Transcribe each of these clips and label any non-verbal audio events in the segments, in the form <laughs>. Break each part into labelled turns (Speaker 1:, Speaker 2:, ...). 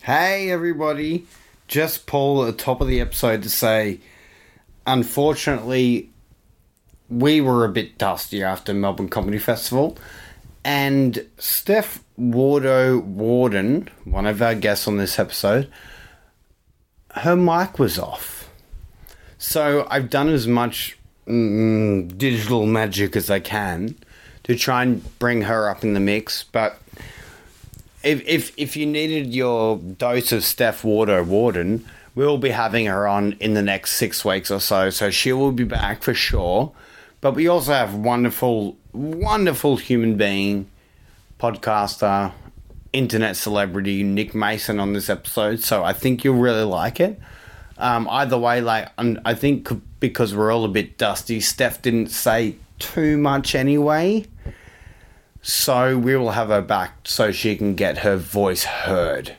Speaker 1: Hey everybody, just Paul at the top of the episode to say, unfortunately, we were a bit dusty after Melbourne Comedy Festival, and Steph Wardo Warden, one of our guests on this episode, her mic was off. So I've done as much mm, digital magic as I can to try and bring her up in the mix, but if if if you needed your dose of Steph Wardo Warden, we'll be having her on in the next six weeks or so. So she will be back for sure. But we also have wonderful, wonderful human being, podcaster, internet celebrity Nick Mason on this episode. So I think you'll really like it. Um, either way, like um, I think c- because we're all a bit dusty, Steph didn't say too much anyway. So we will have her back so she can get her voice heard.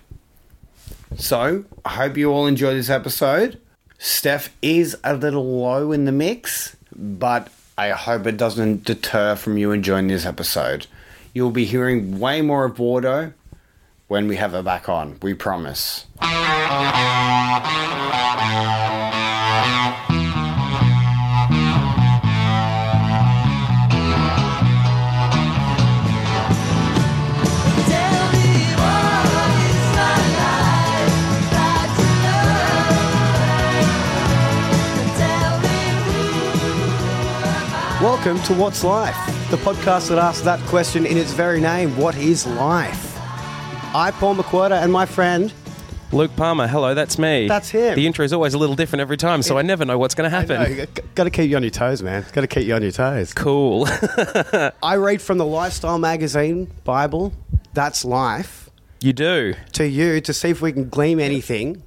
Speaker 1: So I hope you all enjoy this episode. Steph is a little low in the mix, but I hope it doesn't deter from you enjoying this episode. You'll be hearing way more of Wardo when we have her back on, we promise.
Speaker 2: Tell me why is my life hard to love? Tell me who
Speaker 3: Welcome to What's Life, the podcast that asks that question in its very name what is life? I, Paul McWhorter, and my friend,
Speaker 4: Luke Palmer, hello, that's me.
Speaker 3: That's him.
Speaker 4: The intro is always a little different every time, so I never know what's going to happen.
Speaker 3: got to keep you on your toes, man. Got to keep you on your toes.
Speaker 4: <laughs> Cool. <laughs>
Speaker 3: I read from the Lifestyle Magazine Bible, That's Life,
Speaker 4: you do.
Speaker 3: to you to see if we can glean anything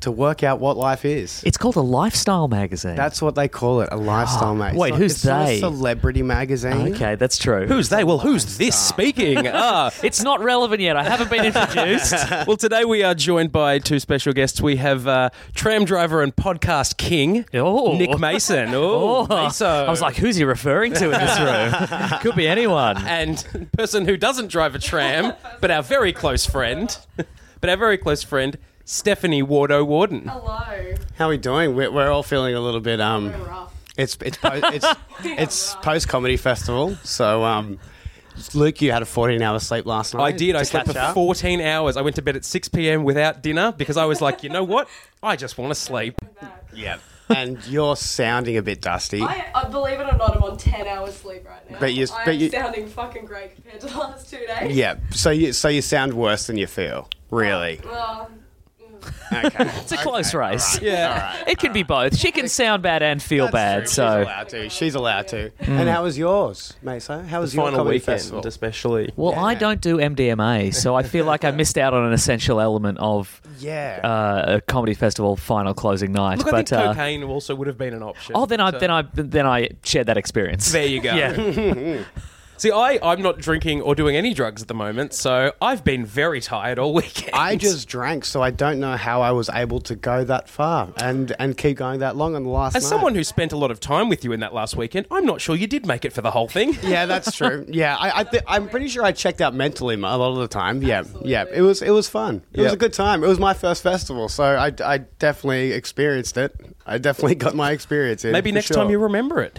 Speaker 3: to work out what life is.
Speaker 5: It's called a lifestyle magazine.
Speaker 3: That's what they call it, a
Speaker 4: Ah,
Speaker 3: lifestyle magazine.
Speaker 5: wait,
Speaker 3: It's not-
Speaker 5: who's
Speaker 3: it's not a
Speaker 5: they?
Speaker 3: celebrity
Speaker 4: Oh,
Speaker 3: magazine.
Speaker 5: okay. That's true.
Speaker 4: Who's they? Well, who's this speaking? Ah.
Speaker 5: <laughs> It's not relevant yet. I haven't been introduced.
Speaker 4: <laughs> well, today we are joined by two special guests. We have uh, tram driver and podcast king,
Speaker 5: Oh.
Speaker 4: Nick <laughs> Mason. Oh, Maso.
Speaker 5: I was like, who's he referring to in this room?
Speaker 4: <laughs>
Speaker 5: Could be anyone.
Speaker 4: and <laughs> person who doesn't drive a tram, but our very close friend, but our very close friend, Stephanie Wardo Warden.
Speaker 6: Hello.
Speaker 3: How are we doing? We're, we're all feeling a little bit. um.
Speaker 6: Rough.
Speaker 3: It's it's po- it's it's post comedy festival. So um, Luke, you had a fourteen hour sleep last night.
Speaker 4: I did. I
Speaker 3: to
Speaker 4: slept
Speaker 3: catch
Speaker 4: for
Speaker 3: up.
Speaker 4: 14 hours. I went to bed at 6 p.m. without dinner because I was like, you know what? I just want to sleep.
Speaker 3: Yeah, and you're sounding a bit dusty.
Speaker 6: I, I uh, believe it or not, I'm on 10 hours sleep right now.
Speaker 3: But you-
Speaker 6: I'm
Speaker 3: but you-
Speaker 6: sounding fucking great compared to the last two days.
Speaker 3: yeah, so you so you sound worse than you feel. Really?
Speaker 6: Well,
Speaker 3: <laughs>
Speaker 5: <laughs>
Speaker 3: Okay.
Speaker 5: It's a close race.
Speaker 4: Yeah.
Speaker 5: It can be both. She can sound bad and feel bad.
Speaker 3: She's
Speaker 5: So, Mm.
Speaker 3: allowed to. She's allowed to. And how was yours, Mesa? How was your
Speaker 4: Final
Speaker 3: comedy
Speaker 4: weekend,
Speaker 3: festival?
Speaker 4: especially.
Speaker 5: well, I
Speaker 3: Yeah.
Speaker 5: don't do MDMA, so I feel like I missed out on an essential element of
Speaker 3: yeah.
Speaker 5: uh, a comedy festival final closing night.
Speaker 4: Look, I
Speaker 5: but
Speaker 4: think
Speaker 5: uh,
Speaker 4: cocaine also would have been an option.
Speaker 5: oh, then I
Speaker 4: So-
Speaker 5: then I then I shared that experience.
Speaker 4: There you go.
Speaker 5: yeah.
Speaker 3: <laughs>
Speaker 4: See, I, I'm not drinking or doing any drugs at the moment, so I've been very tired all weekend.
Speaker 3: I just drank, so I don't know how I was able to go that far and and keep going that long on the last.
Speaker 4: As
Speaker 3: night.
Speaker 4: someone who spent a lot of time with you in that last weekend, I'm not sure you did make it for the whole thing.
Speaker 3: Yeah, that's true. Yeah, I, I th- I'm pretty sure I checked out mentally mo- a lot of the time. Yeah, yeah, it was it was fun. It was
Speaker 4: Yep.
Speaker 3: a good time. It was my first festival, so I, I definitely experienced it. I definitely got my experience in.
Speaker 4: Maybe
Speaker 3: for
Speaker 4: next
Speaker 3: sure.
Speaker 4: time you remember it.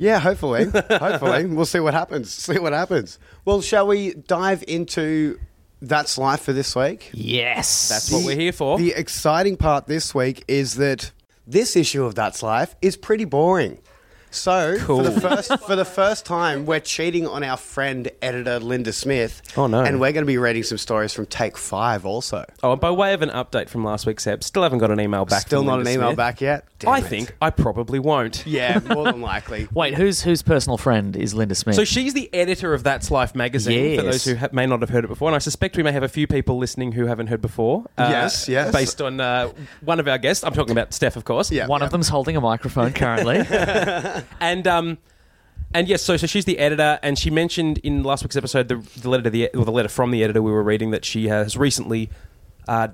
Speaker 3: yeah,
Speaker 4: <laughs>
Speaker 3: hopefully, hopefully, we'll see what happens. See what happens. Well, shall we dive into that's life for this week?
Speaker 5: Yes.
Speaker 4: That's what we're here for.
Speaker 3: The exciting part this week is that this issue of That's Life is pretty boring. So for the first for the first time, we're cheating on our friend editor Linda Smith.
Speaker 4: Oh, no.
Speaker 3: And we're going to be reading some stories from Take Five also.
Speaker 4: oh, and by way of an update from last week's ep, still haven't got an email back.
Speaker 3: Still
Speaker 4: from
Speaker 3: not an
Speaker 4: Linda
Speaker 3: email
Speaker 4: Smith.
Speaker 3: back yet. Damn
Speaker 4: I
Speaker 3: it.
Speaker 4: think I probably won't.
Speaker 3: Yeah, more
Speaker 4: <laughs>
Speaker 3: than likely.
Speaker 5: Wait, whose whose personal friend is Linda Smith?
Speaker 4: So she's the editor of That's Life magazine. For those
Speaker 5: Yes.
Speaker 4: who ha- may not have heard it before, and I suspect we may have a few people listening who haven't heard before. uh,
Speaker 3: Yes, yes.
Speaker 4: Based on uh, one of our guests, I'm talking about Steph, of course.
Speaker 3: Yeah.
Speaker 5: One of them's holding
Speaker 4: <laughs>
Speaker 5: a microphone currently.
Speaker 4: And um, and yes, so so she's the editor, and she mentioned in last week's episode the, the letter to the or the letter from the editor we were reading that she has recently uh,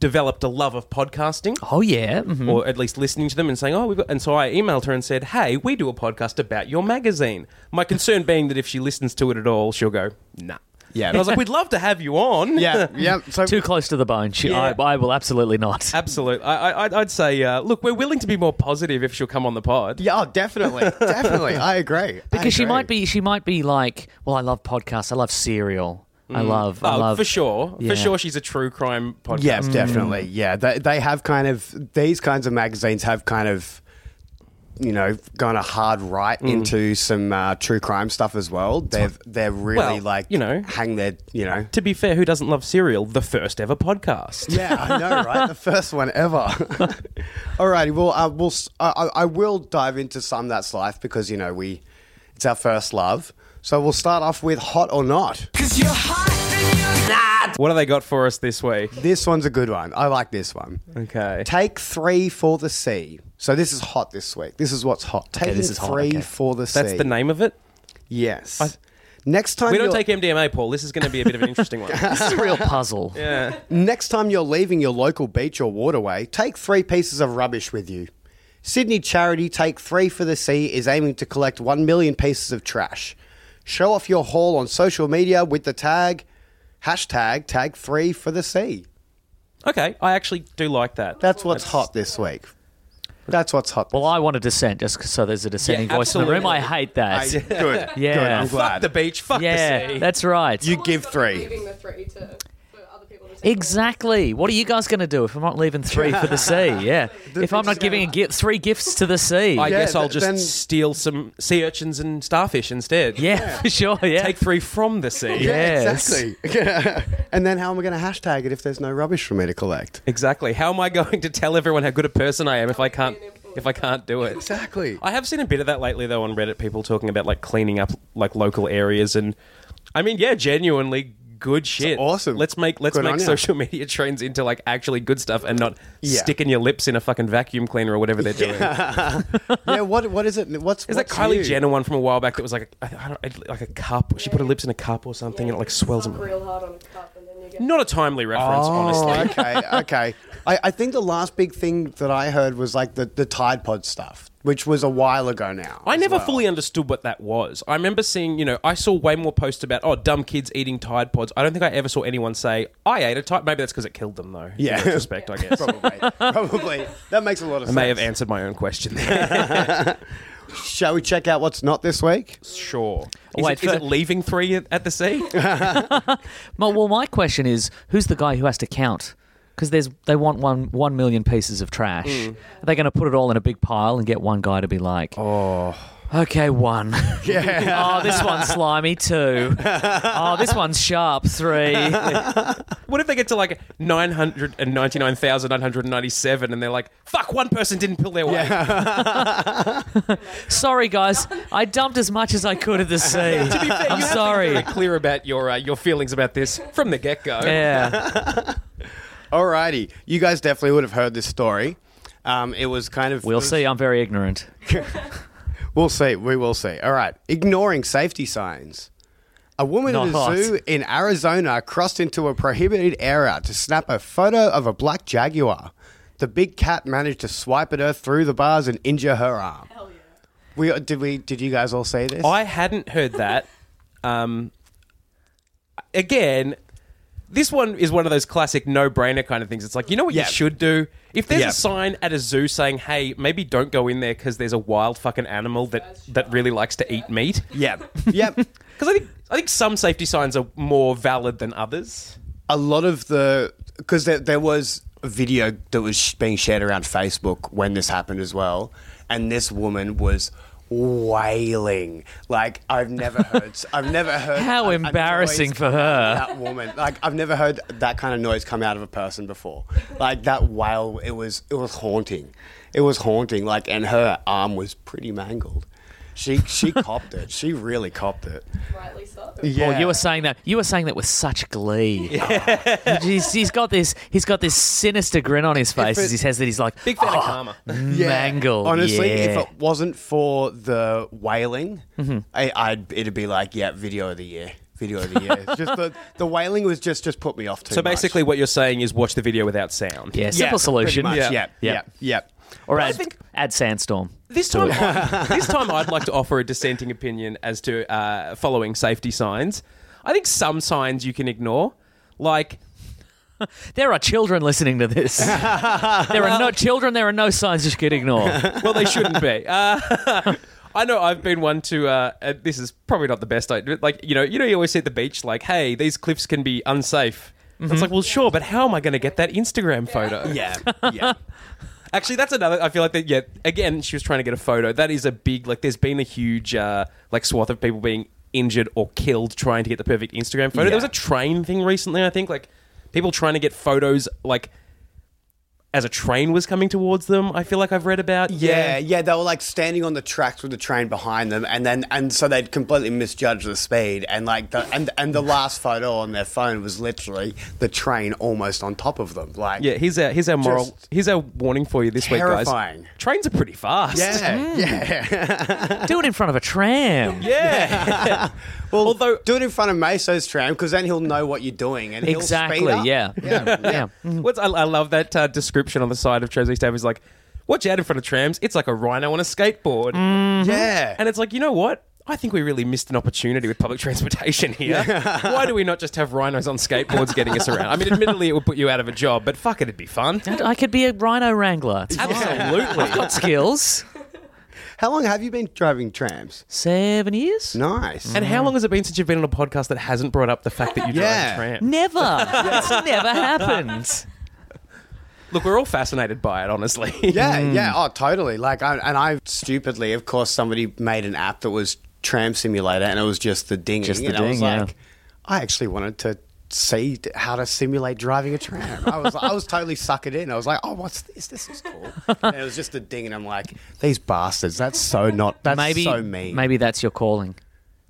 Speaker 4: developed a love of podcasting.
Speaker 5: oh yeah. mhm.
Speaker 4: Or at least listening to them and saying, "Oh, we've got." And so I emailed her and said, "Hey, we do a podcast about your magazine." My concern being that if she listens to it at all, she'll go, "Nah."
Speaker 3: Yeah.
Speaker 4: And I was like, we'd love to have you on. <laughs>
Speaker 3: yeah, yeah. So
Speaker 5: Too close to the bone. She,
Speaker 4: Yeah.
Speaker 5: I, I will absolutely not.
Speaker 4: Absolutely. I, I, I'd- I'd say, uh, look, we're willing to be more positive if she'll come on the pod.
Speaker 3: yeah, oh, definitely, definitely. I agree I
Speaker 5: <laughs> because she
Speaker 3: agree.
Speaker 5: might be, she might be like, well, I love podcasts. I love serial. I love, I
Speaker 4: Oh,
Speaker 5: love
Speaker 4: for
Speaker 5: <laughs>
Speaker 4: sure.
Speaker 5: Yeah.
Speaker 4: For sure, she's a true crime podcast.
Speaker 3: Yeah, definitely. Yeah, they, they have kind of these kinds of magazines have kind of you know gone a hard right
Speaker 4: Mm.
Speaker 3: into some uh, true crime stuff as well. They've they're really
Speaker 4: Well,
Speaker 3: like
Speaker 4: you know.
Speaker 3: hang their
Speaker 4: <laughs>
Speaker 3: you know.
Speaker 4: To be fair, who doesn't love Serial? The first ever podcast.
Speaker 3: Yeah, I know, right? The first one ever. <laughs> Alrighty, well, uh, we'll s- I, I- I will dive into some that's life because you know we it's our first love. So we'll start off with hot
Speaker 4: <laughs>
Speaker 3: or not.
Speaker 4: What have they got for us this week?
Speaker 3: This one's a good one. I like this one.
Speaker 4: Okay.
Speaker 3: Take three for the sea. So this is hot this week. This is what's hot. Taking
Speaker 5: this is hot,
Speaker 3: three
Speaker 5: okay.
Speaker 3: for the sea.
Speaker 4: That's the name of it.
Speaker 3: Yes. next time
Speaker 4: We don't
Speaker 3: you're-
Speaker 4: take MDMA, Paul. This is going to be a bit of an interesting
Speaker 3: <laughs>
Speaker 4: one.
Speaker 5: It's a real puzzle.
Speaker 4: <laughs> Yeah.
Speaker 3: next time you're leaving your local beach or waterway, take three pieces of rubbish with you. Sydney charity Take Three for the Sea is aiming to collect one million pieces of trash. Show off your haul on social media with the tag hashtag Tag Three for the Sea.
Speaker 4: Okay. I actually do like that.
Speaker 3: That's what's hot this week. That's what's hot.
Speaker 5: Well, I want a dissent just 'cause- so there's a dissenting voice in the room. I
Speaker 4: absolutely.
Speaker 5: hate that.
Speaker 4: <laughs>
Speaker 3: Hey, good.
Speaker 5: <laughs> Yeah.
Speaker 3: Good. I'm
Speaker 5: Fuck
Speaker 3: glad.
Speaker 4: Fuck the beach. Fuck the
Speaker 5: yeah,
Speaker 4: sea.
Speaker 5: that's right.
Speaker 3: you give three.
Speaker 6: Leaving the three to for other people to take
Speaker 5: Exactly. What are you guys going to do if I'm not leaving three for
Speaker 4: <laughs>
Speaker 5: the sea? Yeah. if I'm not giving a gift, three gifts to the sea.
Speaker 4: I
Speaker 5: yeah.
Speaker 3: Yeah,
Speaker 4: guess I'll
Speaker 3: th-
Speaker 4: just
Speaker 3: then-
Speaker 4: steal some sea urchins and starfish instead. <laughs>
Speaker 5: for sure. Yeah.
Speaker 4: Take three from the sea.
Speaker 5: Yeah. Yes.
Speaker 3: Exactly. <laughs> and then how am I going to hashtag it if there's no rubbish for me to collect?
Speaker 4: Exactly. How am I going to tell everyone how good a person I am if I can't if I can't do it?
Speaker 3: Exactly.
Speaker 4: I have seen a bit of that lately though on Reddit people talking about like cleaning up like local areas and I mean yeah genuinely good shit.
Speaker 3: awesome.
Speaker 4: Let's make let's
Speaker 3: Good on
Speaker 4: make
Speaker 3: ya.
Speaker 4: social <laughs> media trends into like actually good stuff and not
Speaker 3: Yeah.
Speaker 4: sticking your lips in a fucking vacuum cleaner or whatever they're
Speaker 3: <laughs>
Speaker 4: doing.
Speaker 3: <laughs> yeah. What? What is it? What's
Speaker 4: Is that
Speaker 3: what's
Speaker 4: Kylie
Speaker 3: new?
Speaker 4: Jenner one from a while back that was like I, I don't, like a cup? She put her lips in a cup or something and it like swells
Speaker 6: Suck
Speaker 4: them.
Speaker 6: real hard on a cup and then you get.
Speaker 4: Not a timely reference,
Speaker 3: Oh,
Speaker 4: honestly. <laughs>
Speaker 3: okay, okay. I, I think the last big thing that I heard was like the, the Tide Pod stuff, which was a while ago now.
Speaker 4: I
Speaker 3: as
Speaker 4: never
Speaker 3: well.
Speaker 4: fully understood what that was. I remember seeing, you know, I saw way more posts about oh dumb kids eating Tide Pods. I don't think I ever saw anyone say I ate a Tide. Maybe that's because it killed them though. in
Speaker 3: Yeah.
Speaker 4: retrospect, I guess. I
Speaker 3: Probably, probably. That makes a
Speaker 4: <laughs>
Speaker 3: lot of sense.
Speaker 4: may have answered my own <laughs> question there.
Speaker 3: Shall we check out what's not this week?
Speaker 4: sure. Is,
Speaker 5: Wait,
Speaker 4: it, is
Speaker 5: for-
Speaker 4: it leaving three at at the sea?
Speaker 5: My- well, my question is, who's the guy who has to count? Because there's they want one one million pieces of trash. Are they going to put it all in a big pile and get one guy to be like, oh, okay, one. Yeah. oh, this one's slimy two. Oh, this one's sharp three.
Speaker 4: what if they get to like nine hundred and ninety nine thousand nine hundred ninety seven and they're like, fuck, one person didn't pull their weight.
Speaker 5: Sorry, guys, I dumped as much as I could at the sea. I'm
Speaker 4: You have been
Speaker 5: sorry.
Speaker 4: very clear about your uh, your feelings about this from the get go.
Speaker 5: Yeah.
Speaker 3: Alrighty, you guys definitely would have heard this story. Um, it was kind of
Speaker 5: We'll see. I'm very ignorant.
Speaker 3: We'll see. We will see. All right. Ignoring safety signs. A woman
Speaker 5: Not
Speaker 3: at a
Speaker 5: hot.
Speaker 3: zoo in Arizona crossed into a prohibited area to snap a photo of a black jaguar. The big cat managed to swipe at her through the bars and injure her arm.
Speaker 6: Hell yeah.
Speaker 3: We did we did you guys all see this?
Speaker 4: I hadn't heard <laughs> that. Um, again, this one is one of those classic no-brainer kind of things. It's like you know what
Speaker 3: Yeah.
Speaker 4: you should do if there's
Speaker 3: Yeah.
Speaker 4: a sign at a zoo saying, "Hey, maybe don't go in there because there's a wild fucking animal that that really likes to eat meat."
Speaker 3: yep. Yep.
Speaker 4: Because I think I think some safety signs are more valid than others.
Speaker 3: a lot of the because there, there was a video that was sh- being shared around Facebook when this happened as well, and this woman was wailing like
Speaker 5: <laughs>
Speaker 3: I've never heard. I've never heard
Speaker 5: How
Speaker 3: a- a
Speaker 5: embarrassing
Speaker 3: noise
Speaker 5: for her.
Speaker 3: That woman, like I've never heard that kind of noise come out of a person before. Like that wail, it was it was haunting. It was haunting. Like and her arm was pretty mangled. She she copped it. She really copped it.
Speaker 6: Rightly so.
Speaker 5: Well, you were saying that you were saying that with such glee. he's, he's got this he's got this sinister grin on his face as he says that he's like
Speaker 4: Big fan
Speaker 5: "Oh,
Speaker 4: of karma.
Speaker 5: mangled.
Speaker 3: Honestly,
Speaker 5: yeah." Mm-hmm.
Speaker 3: if it wasn't for the wailing, I, I'd it'd be like, yeah, video of the year, video of the year. It's just
Speaker 5: <laughs>
Speaker 3: the the wailing was just just put me off too.
Speaker 4: So
Speaker 3: much.
Speaker 4: basically, what you're saying is watch the video without sound.
Speaker 5: yeah,
Speaker 3: Yeah,
Speaker 5: simple solution.
Speaker 3: Pretty much.
Speaker 4: Yeah.
Speaker 3: Yeah, yeah, yeah.
Speaker 5: Or
Speaker 4: I
Speaker 5: add,
Speaker 4: think-
Speaker 5: add sandstorm.
Speaker 4: This time, I, this time, I'd like to offer a dissenting opinion as to uh, following safety signs. I think some signs you can ignore, like
Speaker 5: There are children listening to this. there are no children. There are no signs you should ignore.
Speaker 4: well, they shouldn't be. Uh, <laughs> I know I've been one to. Uh, uh, this is probably not the best idea. Like you know, you know, you always see at the beach, like, "Hey, these cliffs can be unsafe." It's like, well, sure, but how am I going to get that Instagram photo?
Speaker 5: <laughs>
Speaker 3: Yeah, yeah.
Speaker 4: Actually, that's another. I feel like that. Yeah, again, she was trying to get a photo. That is a big. Like, there's been a huge uh, like swath of people being injured or killed trying to get the perfect Instagram photo.
Speaker 3: Yeah.
Speaker 4: There was a train thing recently. I think like people trying to get photos like as a train was coming towards them. I feel like I've read about.
Speaker 3: Yeah, yeah, they were like standing on the tracks with the train behind them, and then and so they'd completely misjudged the speed, and like the and and the last photo on their phone was literally the train almost on top of them. Like,
Speaker 4: Yeah, here's our here's our moral
Speaker 3: Just
Speaker 4: here's our warning for you this week,
Speaker 3: terrifying.
Speaker 4: guys. Trains are pretty fast.
Speaker 5: Mm.
Speaker 3: yeah, yeah.
Speaker 5: Do it in front of a
Speaker 4: <laughs>
Speaker 5: tram.
Speaker 3: <laughs>
Speaker 4: yeah.
Speaker 3: Well,
Speaker 4: Although-
Speaker 3: do it in front of Meso's tram because then he'll know what you're doing, and he'll
Speaker 5: Exactly.
Speaker 3: Speed up.
Speaker 5: Yeah. Yeah.
Speaker 4: What's I, I love that uh, description on the side of Trams East Ave is like, watch out in front of trams. It's like a rhino on a skateboard,
Speaker 3: Mm. yeah.
Speaker 4: and it's like you know what. I think we really missed an opportunity with public <laughs> transportation here. Why do we not just have rhinos on skateboards getting us around? I mean, admittedly, it would put you out of a job, but fuck it, it'd be fun.
Speaker 5: And I could be a rhino wrangler. It's
Speaker 4: Absolutely.
Speaker 5: got skills.
Speaker 3: How long have you been driving trams?
Speaker 5: Seven years?
Speaker 3: Nice.
Speaker 4: And how long has it been since you've been on a podcast that hasn't brought up the fact that you
Speaker 3: Yeah.
Speaker 4: drive trams?
Speaker 5: Never. it's never happened.
Speaker 4: Look, we're all fascinated by it, honestly. <laughs>
Speaker 3: Yeah, yeah.
Speaker 5: Hmm.
Speaker 3: Oh, totally. Like, I, and I stupidly, of course, somebody made an app that was Tram Simulator, and it was just the dinghy.
Speaker 5: Just the
Speaker 3: and I was
Speaker 5: ding, yeah.
Speaker 3: like, I actually wanted to see t- how to simulate driving a tram. I was, I was totally suckered in. I was like, oh, what's this? This is cool. and it was just the ding, and I'm like, these bastards. That's so not. That's
Speaker 5: maybe
Speaker 3: so mean.
Speaker 5: maybe that's your calling.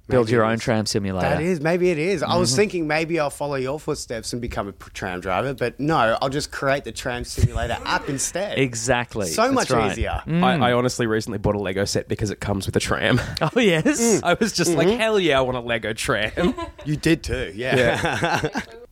Speaker 5: Build
Speaker 3: Maybe
Speaker 5: your
Speaker 3: it
Speaker 5: own
Speaker 3: is.
Speaker 5: tram simulator.
Speaker 3: That is, maybe it is. I was thinking maybe I'll follow your footsteps and become a p- tram driver, but no, I'll just create the tram simulator app instead.
Speaker 5: Exactly.
Speaker 3: So
Speaker 5: That's
Speaker 3: much
Speaker 5: right.
Speaker 3: easier.
Speaker 5: Mm.
Speaker 4: I, I honestly recently bought a Lego set because it comes with a tram. <laughs>
Speaker 5: Oh yes.
Speaker 3: Mm.
Speaker 4: I was just
Speaker 3: Mm-hmm.
Speaker 4: like, hell yeah, I want a Lego tram. <laughs>
Speaker 3: You did too, yeah.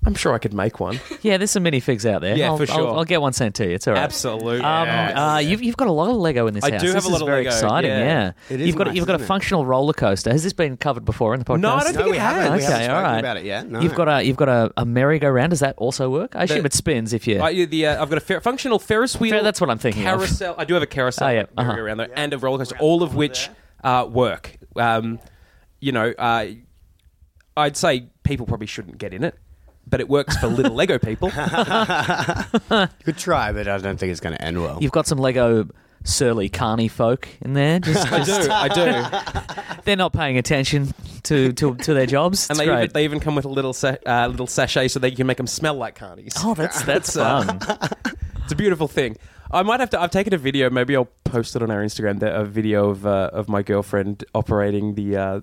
Speaker 4: I'm sure I could make one.
Speaker 5: Oh, Yeah, there's some minifigs out there.
Speaker 4: Yeah,
Speaker 5: I'll,
Speaker 4: for
Speaker 5: I'll- I'll,
Speaker 4: sure.
Speaker 5: get one sent to you. It's all right.
Speaker 4: Absolutely.
Speaker 5: Um, uh,
Speaker 4: Yes.
Speaker 5: you've, you've got a lot of Lego in this
Speaker 4: I
Speaker 5: house.
Speaker 4: do have
Speaker 5: This
Speaker 4: a lot
Speaker 5: is
Speaker 4: of
Speaker 5: very
Speaker 4: Lego,
Speaker 5: exciting.
Speaker 4: yeah.
Speaker 5: Yeah.
Speaker 3: It is
Speaker 5: you've got
Speaker 3: nice,
Speaker 5: you've got
Speaker 3: isn't
Speaker 5: a
Speaker 3: it?
Speaker 5: functional roller coaster. Has this been covered before in the podcast?
Speaker 4: No, I don't think
Speaker 3: No, we
Speaker 4: it
Speaker 3: haven't.
Speaker 4: has.
Speaker 3: We haven't
Speaker 5: Okay, all
Speaker 3: spoken
Speaker 5: right.
Speaker 3: about it yet. No.
Speaker 5: You've got a you've got a, a merry-go-round. Does that also work? I assume
Speaker 4: The-
Speaker 5: it spins if you.
Speaker 4: Uh, yeah, the, uh, I've got a fer- functional Ferris wheel.
Speaker 5: Fer- that's what I'm thinking of.
Speaker 4: Carousel. I do have a carousel
Speaker 5: Oh, yeah, uh-huh.
Speaker 4: around there, and a roller coaster, all of which uh, work. Um, you know, uh, I'd say people probably shouldn't get in it, but it works for little Lego people.
Speaker 3: <laughs> <laughs> Good try, but I don't think it's going to end well.
Speaker 5: You've got some Lego surly carny folk in there. Just,
Speaker 3: <laughs>
Speaker 4: I do, I do.
Speaker 5: they're not paying attention to to, to their jobs.
Speaker 4: <laughs> And
Speaker 5: It's
Speaker 4: they
Speaker 5: great.
Speaker 4: even, they even come with a little sa- uh, little sachet so that you can make them smell like carnies. <laughs>
Speaker 5: oh, that's that's fun.
Speaker 4: It's a beautiful thing. I might have to. I've taken a video. Maybe I'll post it on our Instagram. There, a video of uh, of my girlfriend operating the uh,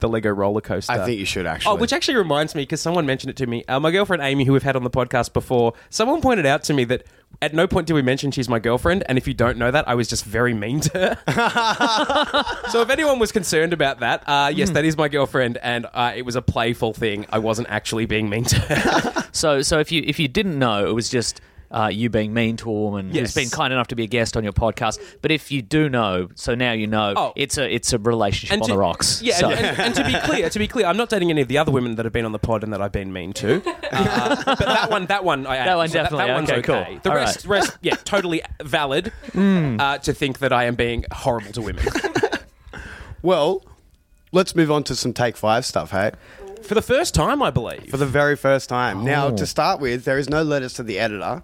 Speaker 4: the Lego roller coaster.
Speaker 3: I think you should actually.
Speaker 4: Oh, which actually reminds me because someone mentioned it to me. Uh, my girlfriend Amy, who we've had on the podcast before, someone pointed out to me that at no point did we mention she's my girlfriend. And if you don't know that, I was just very mean to her. so if anyone was concerned about that, uh, yes, that is my girlfriend, and uh, it was a playful thing. I wasn't actually being mean to her.
Speaker 5: So, so if you if you didn't know, it was just uh, you being mean to a woman
Speaker 4: Yes.
Speaker 5: who's been kind enough to be a guest on your podcast. But if you do know, so now you know,
Speaker 4: Oh.
Speaker 5: it's a it's a relationship on
Speaker 4: to-
Speaker 5: the rocks.
Speaker 4: Yeah,
Speaker 5: So-
Speaker 4: and, and, and to be clear, to be clear, I'm not dating any of the other women that have been on the pod and that I've been mean
Speaker 5: <laughs>
Speaker 4: to. Uh, but that one, that one, I am.
Speaker 5: That one
Speaker 4: So
Speaker 5: definitely,
Speaker 4: one's
Speaker 5: okay, cool.
Speaker 4: The
Speaker 5: All
Speaker 4: rest, rest, yeah, totally valid uh, to think that I am being horrible to women. <laughs>
Speaker 3: well, let's move on to some take five stuff, hey?
Speaker 4: For the first time, I believe.
Speaker 3: For the very first time. Now, to start with, there is no letters to the editor.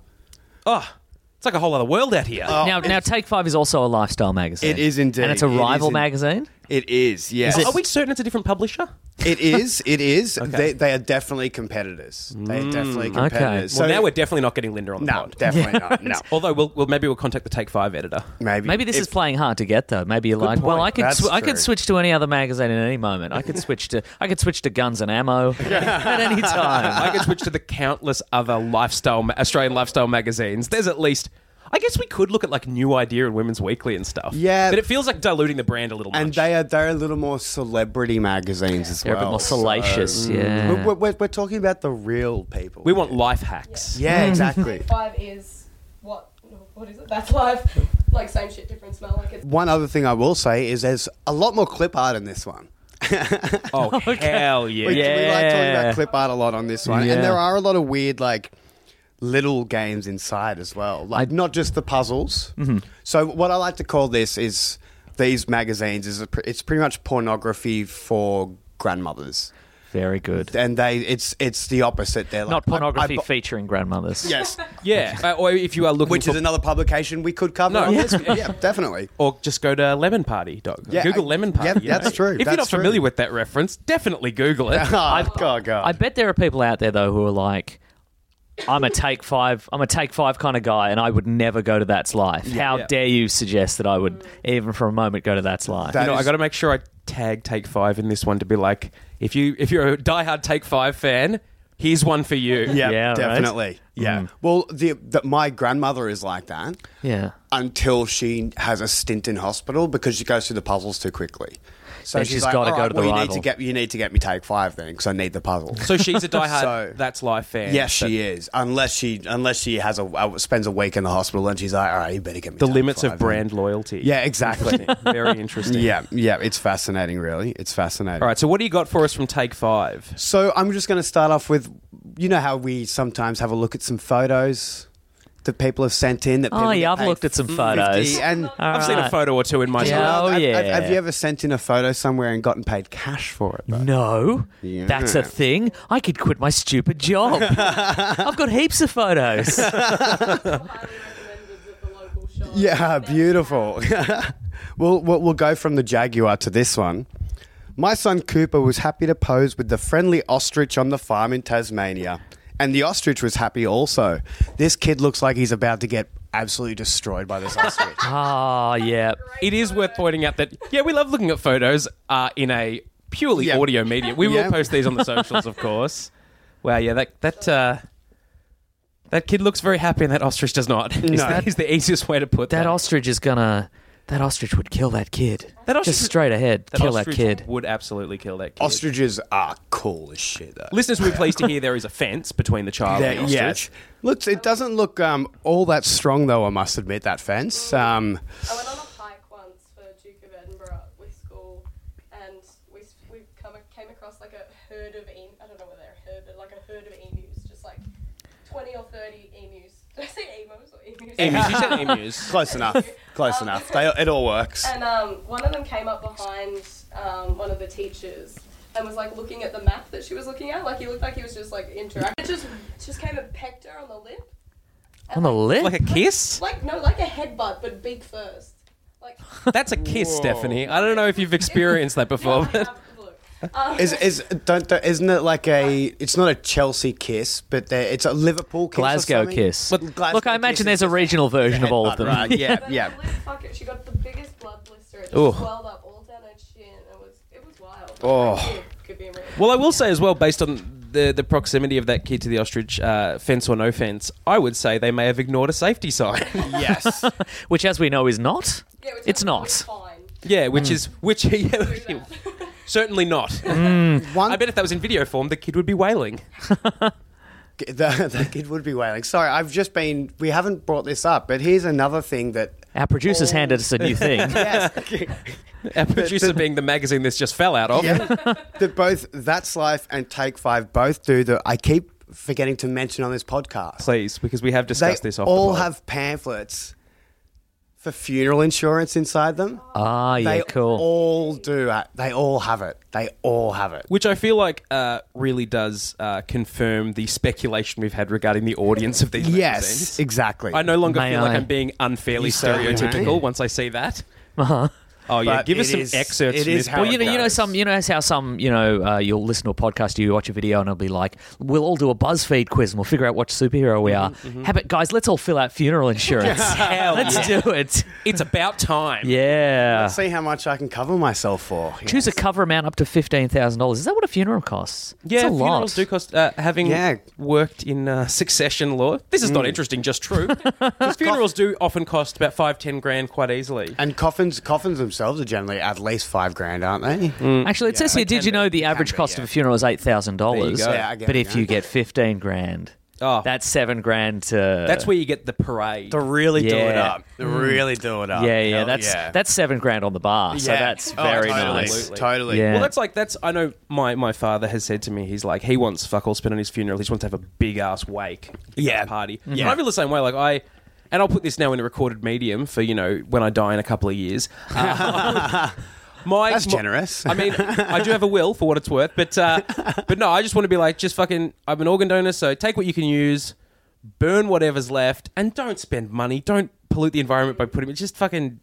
Speaker 4: oh, it's like a whole other world out here.
Speaker 5: <laughs> now, now, Take Five is also a lifestyle magazine.
Speaker 3: It is indeed.
Speaker 5: and it's a
Speaker 3: It is
Speaker 5: rival
Speaker 3: in-
Speaker 5: magazine.
Speaker 3: It is, yes.
Speaker 4: Are we certain it's a different publisher?
Speaker 3: <laughs> it is, it is. They, they are definitely competitors. They are definitely competitors.
Speaker 5: Okay.
Speaker 4: well, now we're definitely not getting Linda on the <laughs>
Speaker 3: <laughs> No,
Speaker 4: pod.
Speaker 3: definitely not. No.
Speaker 4: Although we'll, we'll maybe we'll contact the Take Five editor.
Speaker 3: Maybe.
Speaker 5: Maybe this
Speaker 3: if-
Speaker 5: is playing hard to get though. Maybe you're like, well, I could
Speaker 3: That's
Speaker 5: sw- I
Speaker 3: true.
Speaker 5: could switch to any other magazine at any moment. I could switch to I could switch to Guns
Speaker 4: <laughs>
Speaker 5: and Ammo at any time.
Speaker 4: I could switch to the countless other lifestyle ma- Australian lifestyle magazines. There's at least. I guess we could look at like New Idea and Women's Weekly and stuff.
Speaker 3: Yeah.
Speaker 4: but it feels like diluting the brand a little.
Speaker 3: And
Speaker 4: much.
Speaker 3: they are, they're a little more celebrity magazines as
Speaker 5: They're
Speaker 3: well.
Speaker 5: a bit more
Speaker 3: so-
Speaker 5: salacious. yeah.
Speaker 3: We're, we're, we're talking about the real people.
Speaker 4: we want life hacks.
Speaker 5: <laughs>
Speaker 3: Yeah, exactly.
Speaker 6: Take five is what? What is it? That's life. Like same shit, different smell. Like it's
Speaker 3: One other thing I will say is there's a lot more clip art in this one. <laughs>
Speaker 4: Oh hell yeah!
Speaker 3: We, we like talking
Speaker 5: Yeah.
Speaker 3: about clip art a lot on this one,
Speaker 5: Yeah.
Speaker 3: and there are a lot of weird like little games inside as well, like not just the puzzles.
Speaker 5: Mm-hmm.
Speaker 3: So what I like to call this is these magazines is a, pr- it's pretty much pornography for grandmothers,
Speaker 5: Very good.
Speaker 3: and they it's it's the opposite. They're like,
Speaker 5: Not
Speaker 3: I- I
Speaker 5: pornography
Speaker 3: bu-
Speaker 5: featuring grandmothers.
Speaker 3: Yes,
Speaker 4: Yeah, uh, or if you are looking
Speaker 3: which
Speaker 4: for,
Speaker 3: is another publication we could cover.
Speaker 4: No.
Speaker 3: on
Speaker 4: Yeah.
Speaker 5: <laughs>
Speaker 3: this. yeah, definitely.
Speaker 4: or just go to Lemon Party. Dog.
Speaker 3: Yeah,
Speaker 4: Google
Speaker 3: I-
Speaker 4: Lemon
Speaker 3: yeah,
Speaker 4: Party. you know.
Speaker 3: that's true,
Speaker 4: If you're
Speaker 3: that's
Speaker 4: not
Speaker 3: true.
Speaker 4: familiar with that reference, definitely Google
Speaker 3: <laughs>
Speaker 4: it.
Speaker 3: I've got
Speaker 5: Oh, I bet there are people out there though who are like, I'm a take five. I'm a take five kind of guy, and I would never go to That's Life. How
Speaker 4: Yeah.
Speaker 5: dare you suggest that I would even for a moment go to That's Life?
Speaker 3: That-
Speaker 4: you know,
Speaker 3: is-
Speaker 4: I got to make sure I tag Take Five in this one to be like, if you if you're a diehard Take Five fan, here's one for you.
Speaker 3: Yeah,
Speaker 5: Yeah, right? Mm.
Speaker 3: definitely. Yeah. Well, the, the my grandmother is like that.
Speaker 5: yeah.
Speaker 3: until she has a stint in hospital because she goes through the puzzles too quickly. So
Speaker 5: Then she's gotta
Speaker 3: "All
Speaker 5: go
Speaker 3: right,
Speaker 5: to the
Speaker 3: well, you
Speaker 5: rival."
Speaker 3: need to get you need to get me take five then because I need the puzzle.
Speaker 4: So she's <laughs> a diehard
Speaker 3: So-
Speaker 4: That's Life fan.
Speaker 3: yes,
Speaker 4: So
Speaker 3: she is. Unless she unless she has a uh, spends a week in the hospital and she's like, all right, you better get me
Speaker 4: The
Speaker 3: Take
Speaker 4: limits
Speaker 3: Five
Speaker 4: of
Speaker 3: then."
Speaker 4: brand loyalty.
Speaker 3: Yeah,
Speaker 5: <laughs>
Speaker 3: exactly.
Speaker 4: <laughs> Very interesting.
Speaker 3: yeah, yeah. It's fascinating, really. It's fascinating.
Speaker 4: All right. So what do you got for us from Take Five?
Speaker 3: So I'm just going to start off with, you know how we sometimes have a look at some photos that people have sent in. That
Speaker 5: Oh,
Speaker 3: people
Speaker 5: yeah,
Speaker 3: get
Speaker 5: I've
Speaker 3: paid
Speaker 5: looked at some
Speaker 3: 50
Speaker 5: photos.
Speaker 3: and
Speaker 5: All
Speaker 4: I've seen a
Speaker 5: right.
Speaker 4: photo or two in my
Speaker 5: Yeah.
Speaker 4: time.
Speaker 5: Oh,
Speaker 3: Have- have-
Speaker 5: yeah.
Speaker 3: Have you ever sent in a photo somewhere and gotten paid cash for
Speaker 5: <laughs>
Speaker 3: it? though?
Speaker 5: No,
Speaker 3: Yeah.
Speaker 5: that's a thing. I could quit my
Speaker 4: <laughs>
Speaker 5: stupid job. I've got heaps of photos.
Speaker 6: Highly recommended at the local shop.
Speaker 3: Yeah, beautiful. <laughs> we'll, we'll we'll go from the Jaguar to this one. My son Cooper was happy to pose with the friendly ostrich on the farm in Tasmania, and the ostrich was happy also. This kid looks like he's about to get absolutely destroyed by this ostrich.
Speaker 5: oh yeah.
Speaker 4: It is worth pointing out that yeah, we love looking at photos uh, in a purely
Speaker 3: Yeah.
Speaker 4: audio medium. We
Speaker 3: Yeah.
Speaker 4: will post these on the socials, of course. Wow, yeah, that that uh, that kid looks very happy, and that ostrich does not. <laughs> Is,
Speaker 3: No.
Speaker 4: that, is the easiest way to put that.
Speaker 5: That ostrich is gonna. That ostrich would kill that kid.
Speaker 4: That ostrich-
Speaker 5: Just straight ahead,
Speaker 4: That
Speaker 5: kill that
Speaker 4: ostrich
Speaker 5: kid.
Speaker 4: would absolutely kill that kid.
Speaker 3: Ostriches are cool as shit, though.
Speaker 4: Listeners will be pleased to hear there is a fence between the child
Speaker 3: Yeah,
Speaker 4: and the
Speaker 3: yeah.
Speaker 4: ostrich.
Speaker 3: Looks, it doesn't look um, all that strong, though. I must admit that fence. Um,
Speaker 6: I went on a hike once for Duke of Edinburgh with school, and we s- we come a- came across like a herd of em- I don't know whether they're a herd, but like a herd of emus, just like twenty or thirty emus. <laughs> Did I say emos or emus?
Speaker 4: Emus, you said emus.
Speaker 3: Close enough. <laughs> Close
Speaker 6: Um,
Speaker 3: enough. They, it all works.
Speaker 6: And um, one of them came up behind um, one of the teachers and was like looking at the map that she was looking at. Like he looked like he was just like interacting. It just it just came and pecked her on the lip.
Speaker 5: On the lip.
Speaker 4: Like a kiss?
Speaker 6: Like no, like a headbutt, but big first. Like
Speaker 4: That's a kiss, Stephanie. I don't know
Speaker 6: <laughs>
Speaker 4: if you've experienced that
Speaker 3: <laughs>
Speaker 4: before.
Speaker 6: I have to look. Um,
Speaker 3: Is, is don't, don't isn't it like a? It's not a Chelsea kiss, but there- it's a Liverpool kiss. or
Speaker 5: Glasgow
Speaker 3: something?
Speaker 5: kiss.
Speaker 3: But
Speaker 5: Look,
Speaker 3: Glasgow
Speaker 5: I imagine
Speaker 3: kiss
Speaker 5: there's a
Speaker 3: is
Speaker 5: regional version of all
Speaker 3: headbutt,
Speaker 5: of them.
Speaker 3: right? Yeah,
Speaker 6: But
Speaker 3: yeah.
Speaker 6: the lip, fuck it, she got the biggest blood blister. It just
Speaker 4: Ooh.
Speaker 6: swelled up all down her chin. It was it was wild.
Speaker 3: Oh.
Speaker 6: That kid could be amazing.
Speaker 4: Well, I will say as well, based on the, the proximity of that kid to the ostrich, uh, fence or no fence, I would say they may have ignored a safety sign. <laughs>
Speaker 3: Yes.
Speaker 5: <laughs> Which, as we know, is not.
Speaker 6: Yeah, which
Speaker 5: it's
Speaker 6: is
Speaker 5: not.
Speaker 6: fine.
Speaker 4: yeah, which
Speaker 3: Hmm.
Speaker 4: is which <laughs>
Speaker 6: Do that. <laughs>
Speaker 4: certainly not. <laughs>
Speaker 3: One.
Speaker 4: I bet if that was in video form, the kid would be wailing. <laughs>
Speaker 3: the, the kid would be wailing. Sorry, I've just been. We haven't brought this up, but here's another thing <laughs> that.
Speaker 5: Our producers handed us a new
Speaker 3: <laughs>
Speaker 5: thing.
Speaker 4: Our producer being the magazine this just fell out of.
Speaker 3: that both That's Life and Take Five both do that I keep forgetting to mention on this podcast.
Speaker 4: Please, because we have
Speaker 3: they
Speaker 4: discussed this off. the
Speaker 3: all
Speaker 4: pod.
Speaker 3: have pamphlets for funeral insurance inside them.
Speaker 5: Ah, yeah,
Speaker 3: they
Speaker 5: cool.
Speaker 3: all do. ha- They all have it. They all have it.
Speaker 4: Which I feel like uh, really does uh, confirm the speculation we've had regarding the audience of these magazines.
Speaker 3: Yes, exactly.
Speaker 4: I no longer
Speaker 5: May
Speaker 4: feel like
Speaker 5: I?
Speaker 4: I'm being unfairly
Speaker 3: You certainly
Speaker 4: stereotypical
Speaker 3: may.
Speaker 4: once I see that.
Speaker 5: Uh-huh.
Speaker 4: Oh yeah,
Speaker 3: But
Speaker 4: give us
Speaker 3: it
Speaker 4: some
Speaker 3: is-
Speaker 4: excerpts.
Speaker 3: it
Speaker 4: from
Speaker 3: is
Speaker 4: this
Speaker 3: how
Speaker 4: book.
Speaker 5: Well, you know, you know,
Speaker 3: goes.
Speaker 5: some, you know how some, you know, uh, you'll listen to a podcast, you watch a video, and it'll be like, "We'll all do a BuzzFeed quiz, and we'll figure out what superhero we are."
Speaker 3: Mm-hmm,
Speaker 5: How about guys? Let's all fill out funeral
Speaker 3: <laughs>
Speaker 5: insurance.
Speaker 4: Hell
Speaker 5: let's
Speaker 4: yeah.
Speaker 5: do it.
Speaker 4: It's about time.
Speaker 5: Yeah.
Speaker 3: see how much I can cover myself for. Yeah.
Speaker 5: Choose a cover amount up to fifteen thousand dollars. Is that what a funeral costs?
Speaker 4: Yeah,
Speaker 5: it's a
Speaker 4: funerals
Speaker 5: lot.
Speaker 4: do cost. Uh, having
Speaker 3: Yeah. Mm.
Speaker 4: worked in uh, succession law, this is not interesting, just
Speaker 5: <laughs>
Speaker 4: true. 'Cause funerals do often cost about five, ten grand quite easily.
Speaker 3: And coffins, coffins themselves are generally at least five grand, aren't they?
Speaker 5: <laughs> Actually, it says here,
Speaker 3: They
Speaker 5: did
Speaker 3: can
Speaker 5: you
Speaker 3: be.
Speaker 5: know the
Speaker 3: They
Speaker 5: average
Speaker 3: can be,
Speaker 5: cost of
Speaker 3: yeah.
Speaker 5: a funeral is eight thousand dollars?
Speaker 4: There you go.
Speaker 3: Yeah, I get
Speaker 5: But
Speaker 3: it,
Speaker 5: if
Speaker 3: yeah.
Speaker 5: you get fifteen grand,
Speaker 4: Oh,
Speaker 5: That's seven grand to.
Speaker 4: that's where you get the parade.
Speaker 3: To really do it
Speaker 5: Yeah. Mm.
Speaker 3: up. To really do it up.
Speaker 5: Yeah, yeah,
Speaker 3: Hell
Speaker 5: that's
Speaker 3: yeah.
Speaker 5: that's seven grand on the bar. So
Speaker 3: Yeah.
Speaker 5: that's
Speaker 3: Oh,
Speaker 5: very
Speaker 3: totally.
Speaker 5: nice.
Speaker 4: Absolutely.
Speaker 3: Totally.
Speaker 5: Yeah.
Speaker 4: Well,
Speaker 3: <laughs>
Speaker 4: that's like that's. I know my my father has said to me, he's like he wants fuck all spent on his funeral. He just wants to have a big ass wake,
Speaker 3: Yeah.
Speaker 4: party.
Speaker 3: Mhm.
Speaker 4: And I feel the same way. Like I. And I'll put this now in a recorded medium for you know when I die in a couple of
Speaker 3: <laughs>
Speaker 4: years. Uh, <laughs> my
Speaker 3: That's
Speaker 4: my-
Speaker 3: generous.
Speaker 4: I mean, I do have a will for what it's worth, but
Speaker 3: <laughs>
Speaker 4: uh, but no, I just want to be like, just fucking. I'm an organ donor, so take what you can use, burn whatever's left, and don't spend money. Don't pollute the environment by putting. Just fucking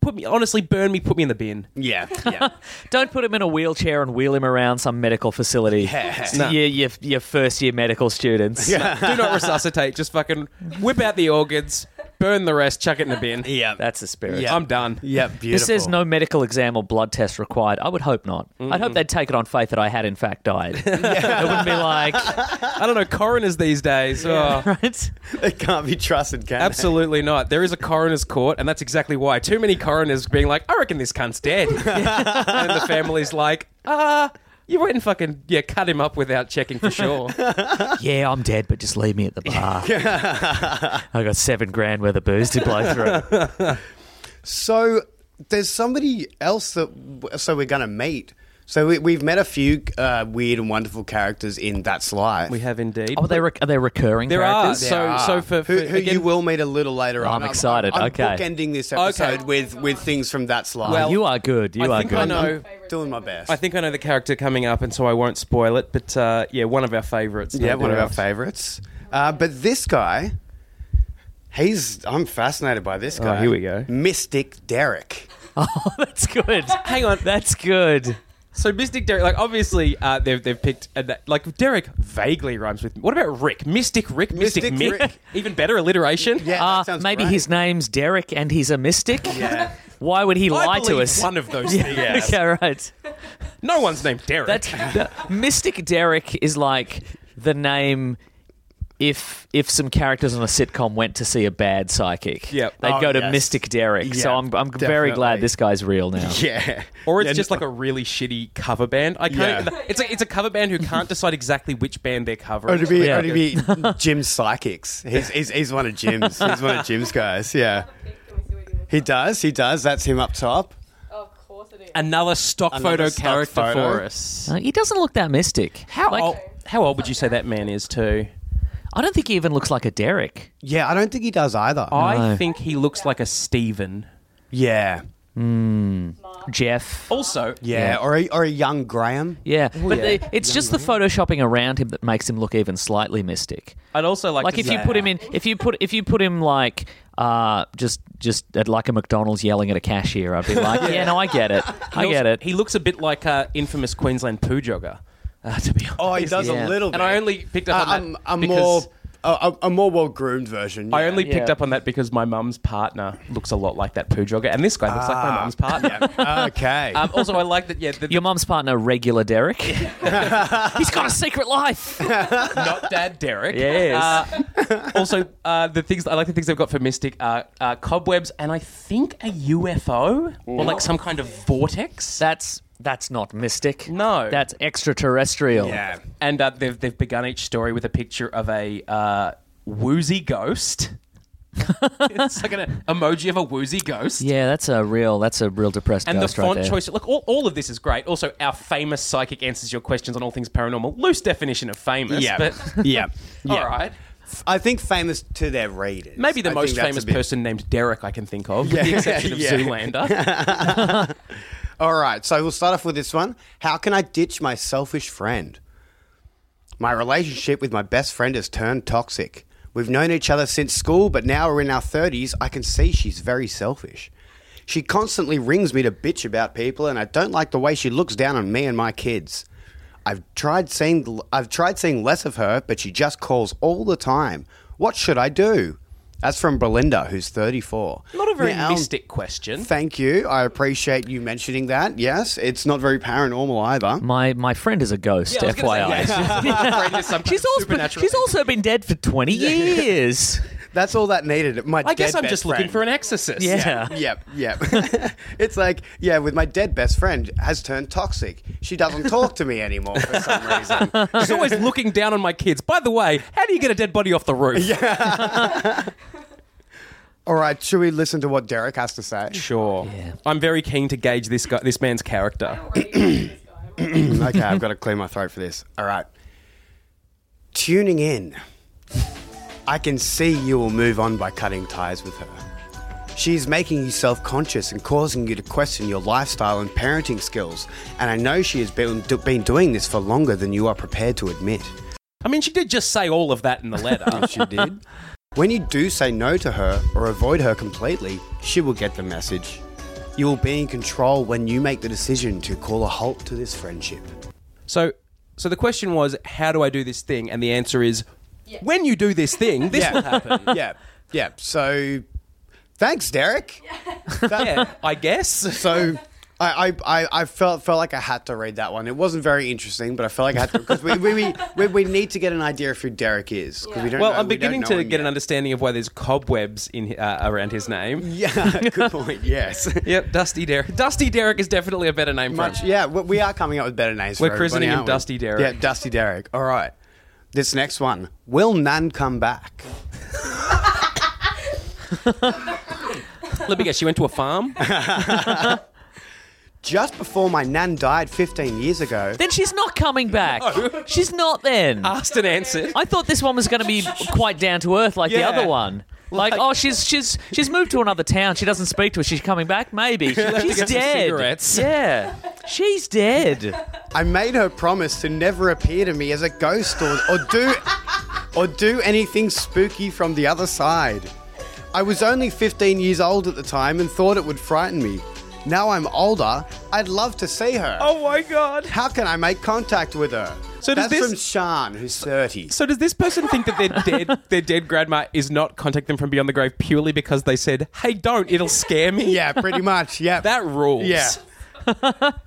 Speaker 4: put me. Honestly, burn me. Put me in the bin.
Speaker 3: Yeah. Yeah.
Speaker 5: Don't put him in a wheelchair and wheel him around some medical facility.
Speaker 3: Yeah.
Speaker 5: So Your, your, your first year medical students.
Speaker 4: Do not resuscitate. Just fucking whip out the organs, burn the rest, chuck it in the bin.
Speaker 3: yeah.
Speaker 5: <laughs> That's the spirit.
Speaker 3: Yeah.
Speaker 4: I'm done.
Speaker 3: yeah. Beautiful.
Speaker 5: This says no medical exam or blood test required. I would hope not. I'd
Speaker 3: Mm-hmm.
Speaker 5: hope they'd take it on faith that I had in fact
Speaker 3: <laughs>
Speaker 5: died. <laughs> It wouldn't be like,
Speaker 4: I don't know coroners these days. Oh,
Speaker 5: <laughs> right?
Speaker 3: It can't be trusted, can it?
Speaker 4: absolutely not. There is a coroner's court, and that's exactly why. Too many coroners being like, "I reckon this cunt's
Speaker 3: <laughs>
Speaker 4: dead," and the family's like, "Ah." you went and fucking yeah, cut him up without checking for sure.
Speaker 5: Yeah, I'm dead, but just leave me at
Speaker 4: <laughs>
Speaker 5: the bar. I got seven grand worth of booze to blow
Speaker 4: <laughs>
Speaker 5: through.
Speaker 3: So there's somebody else that so we're gonna meet. So we, we've met a few uh, weird and wonderful characters in That's Life.
Speaker 4: we have indeed.
Speaker 5: Oh, are they, rec- are they recurring
Speaker 4: There are.
Speaker 5: characters?
Speaker 4: There so- so for-
Speaker 3: Ah. who,
Speaker 4: for-
Speaker 3: who
Speaker 4: again-
Speaker 3: you will meet a little later
Speaker 5: I'm
Speaker 3: on.
Speaker 5: excited,
Speaker 3: I'm,
Speaker 5: okay.
Speaker 3: Ending this episode with with things from That's Life.
Speaker 4: Well,
Speaker 5: You are good. You
Speaker 4: I
Speaker 5: are
Speaker 4: think
Speaker 5: good.
Speaker 4: I know.
Speaker 3: I'm doing my best.
Speaker 4: I think I know the character coming up, and so I won't spoil it. But uh, yeah, one of our favourites. no
Speaker 3: yeah, one of our
Speaker 4: doubt.
Speaker 3: favorites. Uh, but this guy, he's I'm fascinated by this guy.
Speaker 4: here we go.
Speaker 3: Mystic Derek.
Speaker 5: Oh, <laughs> that's good.
Speaker 4: Hang on.
Speaker 5: That's good.
Speaker 4: So Mystic Derek, like obviously uh, they've they've picked a, na- like Derek vaguely rhymes with. What about Rick? Mystic Rick, Mystic,
Speaker 3: Mystic
Speaker 4: Mick.
Speaker 3: Rick.
Speaker 4: <laughs> Even better alliteration.
Speaker 3: Yeah,
Speaker 5: Uh,
Speaker 3: that sounds
Speaker 5: maybe
Speaker 3: great.
Speaker 5: his name's Derek and he's a mystic.
Speaker 4: <laughs>
Speaker 3: Yeah.
Speaker 5: Why would he
Speaker 4: I
Speaker 5: lie to
Speaker 4: believe
Speaker 5: us?
Speaker 4: One of
Speaker 3: <laughs>
Speaker 4: those things.
Speaker 5: <laughs> okay, right.
Speaker 4: <laughs> No one's named Derek.
Speaker 5: That's the- Mystic Derek is like the name. If if some characters on a sitcom went to see a bad psychic,
Speaker 4: Yep.
Speaker 5: they'd
Speaker 3: Oh,
Speaker 5: go to
Speaker 3: yes.
Speaker 5: Mystic Derek. so
Speaker 3: Yeah,
Speaker 5: I'm I'm very glad
Speaker 3: definitely.
Speaker 5: this guy's
Speaker 4: <laughs>
Speaker 5: real now.
Speaker 3: <laughs> Yeah.
Speaker 4: or it's
Speaker 3: Yeah,
Speaker 4: just like a really shitty cover band. I can't.
Speaker 3: Yeah.
Speaker 4: It's a, it's a cover band who
Speaker 3: <laughs>
Speaker 4: can't decide exactly which band they're
Speaker 3: Or
Speaker 4: covering.
Speaker 3: Oh, to be,
Speaker 5: Yeah.
Speaker 3: or to be Jim's psychics. He's, he's, he's one of Jim's. He's one of Jim's guys. Yeah.
Speaker 6: Can we see what you look
Speaker 3: He
Speaker 6: like?
Speaker 3: does. He does. That's him up top.
Speaker 6: Oh, of course it is.
Speaker 4: Another stock
Speaker 3: Another
Speaker 4: photo
Speaker 3: stock
Speaker 4: character
Speaker 3: photo.
Speaker 4: for us.
Speaker 5: Uh, He doesn't look that mystic.
Speaker 4: How
Speaker 5: Like,
Speaker 4: old, how old would you say that man is too?
Speaker 5: I don't think he even looks like a Derek.
Speaker 3: Yeah, I don't think he does either.
Speaker 4: I
Speaker 5: No.
Speaker 4: think he looks like a Steven.
Speaker 3: Yeah.
Speaker 5: Jeff.
Speaker 4: Also,
Speaker 3: Yeah. Or, a, or a young Graham.
Speaker 5: Yeah, but
Speaker 4: Oh, yeah.
Speaker 5: they- it's just the photoshopping around him that makes him look even slightly mystic.
Speaker 4: I'd also like
Speaker 5: Like
Speaker 4: to
Speaker 5: if
Speaker 4: say-
Speaker 5: you put him in, if you put if you put him like uh just just at like a McDonald's yelling at a cashier, I'd be like, yeah, no, I get it, I
Speaker 4: He
Speaker 5: get
Speaker 4: also-
Speaker 5: it.
Speaker 4: He looks a bit like uh, infamous Queensland poo jogger, uh, to be honest.
Speaker 3: Oh, he does
Speaker 5: Yeah.
Speaker 3: a little bit.
Speaker 4: and I only picked up
Speaker 3: a,
Speaker 4: on
Speaker 3: um,
Speaker 4: that
Speaker 3: a more
Speaker 4: because
Speaker 3: a, a- a more well groomed version.
Speaker 4: I
Speaker 3: yeah.
Speaker 4: only picked
Speaker 5: Yeah.
Speaker 4: up on that because my mum's partner looks a lot like that poo jogger, and this guy looks like my
Speaker 3: Ah.
Speaker 4: mum's
Speaker 3: <laughs>
Speaker 4: partner. <laughs>
Speaker 3: okay.
Speaker 4: Um, also, I like that. Yeah, the,
Speaker 5: Your mum's partner, regular Derek. He's got a secret life.
Speaker 4: <laughs> not Dad Derek.
Speaker 5: Yes.
Speaker 4: Uh, also, uh, the things I like the things they've got for Mystic are uh, cobwebs, and I think a UFO or like some kind of vortex.
Speaker 5: That's that's not mystic.
Speaker 4: No.
Speaker 5: that's extraterrestrial.
Speaker 4: <laughs>
Speaker 3: yeah.
Speaker 4: and uh, they've they've begun each story with a picture of a uh, woozy ghost. <laughs> it's like an emoji of a woozy ghost.
Speaker 5: <laughs> Yeah, that's a real that's a real depressed
Speaker 4: And the
Speaker 5: ghost right
Speaker 4: font
Speaker 5: there.
Speaker 4: choice, look, all, all of this is great. Also, our famous psychic answers your questions on all things paranormal. Loose definition of famous,
Speaker 3: Yeah.
Speaker 4: but
Speaker 3: <laughs> yeah.
Speaker 4: all right.
Speaker 3: I think famous to their readers.
Speaker 4: Maybe the
Speaker 3: I
Speaker 4: most
Speaker 3: think that's
Speaker 4: famous
Speaker 3: a bit-
Speaker 4: person named Derek I can think of, with the exception of
Speaker 3: <laughs> Yeah.
Speaker 4: Zoolander.
Speaker 3: All right, so we'll start off with this one. How can I ditch my selfish friend? My relationship with my best friend has turned toxic. We've known each other since school, but now we're in our 30s. I can see she's very selfish. She constantly rings me to bitch about people, and I don't like the way she looks down on me and my kids. I've tried seeing I've tried seeing less of her, but she just calls all the time. What should I do? That's from Belinda, who's 34.
Speaker 4: Not a very
Speaker 3: Now-
Speaker 4: mystic question.
Speaker 3: Thank you. I appreciate you mentioning that. Yes, it's not very paranormal either.
Speaker 5: My my friend is a ghost.
Speaker 4: I was gonna say, <laughs>
Speaker 5: FYI.
Speaker 4: yeah. Friend is some kind
Speaker 5: <laughs> She's
Speaker 4: of
Speaker 5: also,
Speaker 4: supernatural <laughs>
Speaker 5: she's also been dead for 20 years.
Speaker 3: That's all that needed. My
Speaker 4: I guess
Speaker 3: dead
Speaker 4: I'm
Speaker 3: best
Speaker 4: just looking
Speaker 3: friend.
Speaker 4: for an exorcist.
Speaker 5: Yeah.
Speaker 3: Yep, yep. <laughs> it's like, yeah, with my dead best friend has turned toxic. She doesn't talk to me anymore for some reason.
Speaker 4: <laughs> <laughs> She's always looking down on my kids. By the way, how do you get a dead body off the
Speaker 3: <laughs>
Speaker 4: roof? Yeah.
Speaker 3: All right, should we listen to what Derek has to say?
Speaker 4: Sure.
Speaker 5: Yeah.
Speaker 4: I'm very keen to gauge this guy, this man's character.
Speaker 6: I'm already with this guy. I'm already-
Speaker 3: <clears throat> okay, I've got to clear my throat for this. All right. Tuning in. I can see you will move on by cutting ties with her. She is making you self conscious and causing you to question your lifestyle and parenting skills, and I know she has been, do- been doing this for longer than you are prepared to admit.
Speaker 4: I mean, she did just say all of that in the
Speaker 5: <laughs>
Speaker 4: letter.
Speaker 3: She did. When you do say no to her or avoid her completely, she will get the message. You will be in control when you make the decision to call a halt to this friendship.
Speaker 4: so, so the question was, how do I do this thing? And the answer is,
Speaker 6: Yeah.
Speaker 4: when you do this thing, this
Speaker 3: Yeah.
Speaker 4: will happen.
Speaker 3: yeah, yeah. So, thanks, Derek.
Speaker 4: <laughs> Yeah, I guess.
Speaker 3: So, I, I, I- I felt felt like I had to read that one. It wasn't very interesting, but I felt like I had to because we, we, we, we, we need to get an idea of who Derek is because <laughs> we don't.
Speaker 4: Well,
Speaker 3: know-
Speaker 4: I'm
Speaker 3: we don't
Speaker 4: beginning
Speaker 3: know
Speaker 4: to
Speaker 3: him
Speaker 4: get an
Speaker 3: yet.
Speaker 4: understanding of why there's cobwebs in uh, around his name.
Speaker 3: Yeah, <laughs> good
Speaker 4: <laughs>
Speaker 3: point. Yes.
Speaker 4: Yep, Dusty Derek. Dusty Derek is definitely a better name for
Speaker 3: Much,
Speaker 4: him.
Speaker 3: yeah, we we are coming up with better names.
Speaker 4: We're
Speaker 3: for everybody,
Speaker 4: christening him
Speaker 3: aren't we?
Speaker 4: Dusty Derek.
Speaker 3: Yeah, Dusty Derek. All right. This next one. Will Nan come back?
Speaker 4: Let me guess, she went to a farm?
Speaker 3: <laughs> Just before my Nan died 15 years ago,
Speaker 5: Then she's not coming back. She's not then.
Speaker 4: Asked and
Speaker 3: <laughs>
Speaker 4: answered.
Speaker 5: I thought this one was going to be quite down to earth like
Speaker 4: Yeah.
Speaker 5: the other one. Like, oh, she's she's she's moved to another town. She doesn't speak to us. She's coming
Speaker 4: <laughs>
Speaker 5: back, maybe. she's
Speaker 4: get some
Speaker 5: dead.
Speaker 4: cigarettes.
Speaker 5: Yeah, she's dead.
Speaker 3: I made her promise to never appear to me as a ghost or, or do or do anything spooky from the other side. I was only 15 years old at the time and thought it would frighten me. Now I'm older, I'd love to see her.
Speaker 4: Oh my god.
Speaker 3: How can I make contact with her?
Speaker 4: So does
Speaker 3: That's
Speaker 4: this-
Speaker 3: from Shan, who's 30.
Speaker 4: So does this person think that their dead their dead grandma is not contact them from beyond the grave purely because they said, "Hey, don't, it'll scare me."
Speaker 3: Yeah, pretty much. Yeah.
Speaker 4: <laughs> That rules.
Speaker 3: Yeah.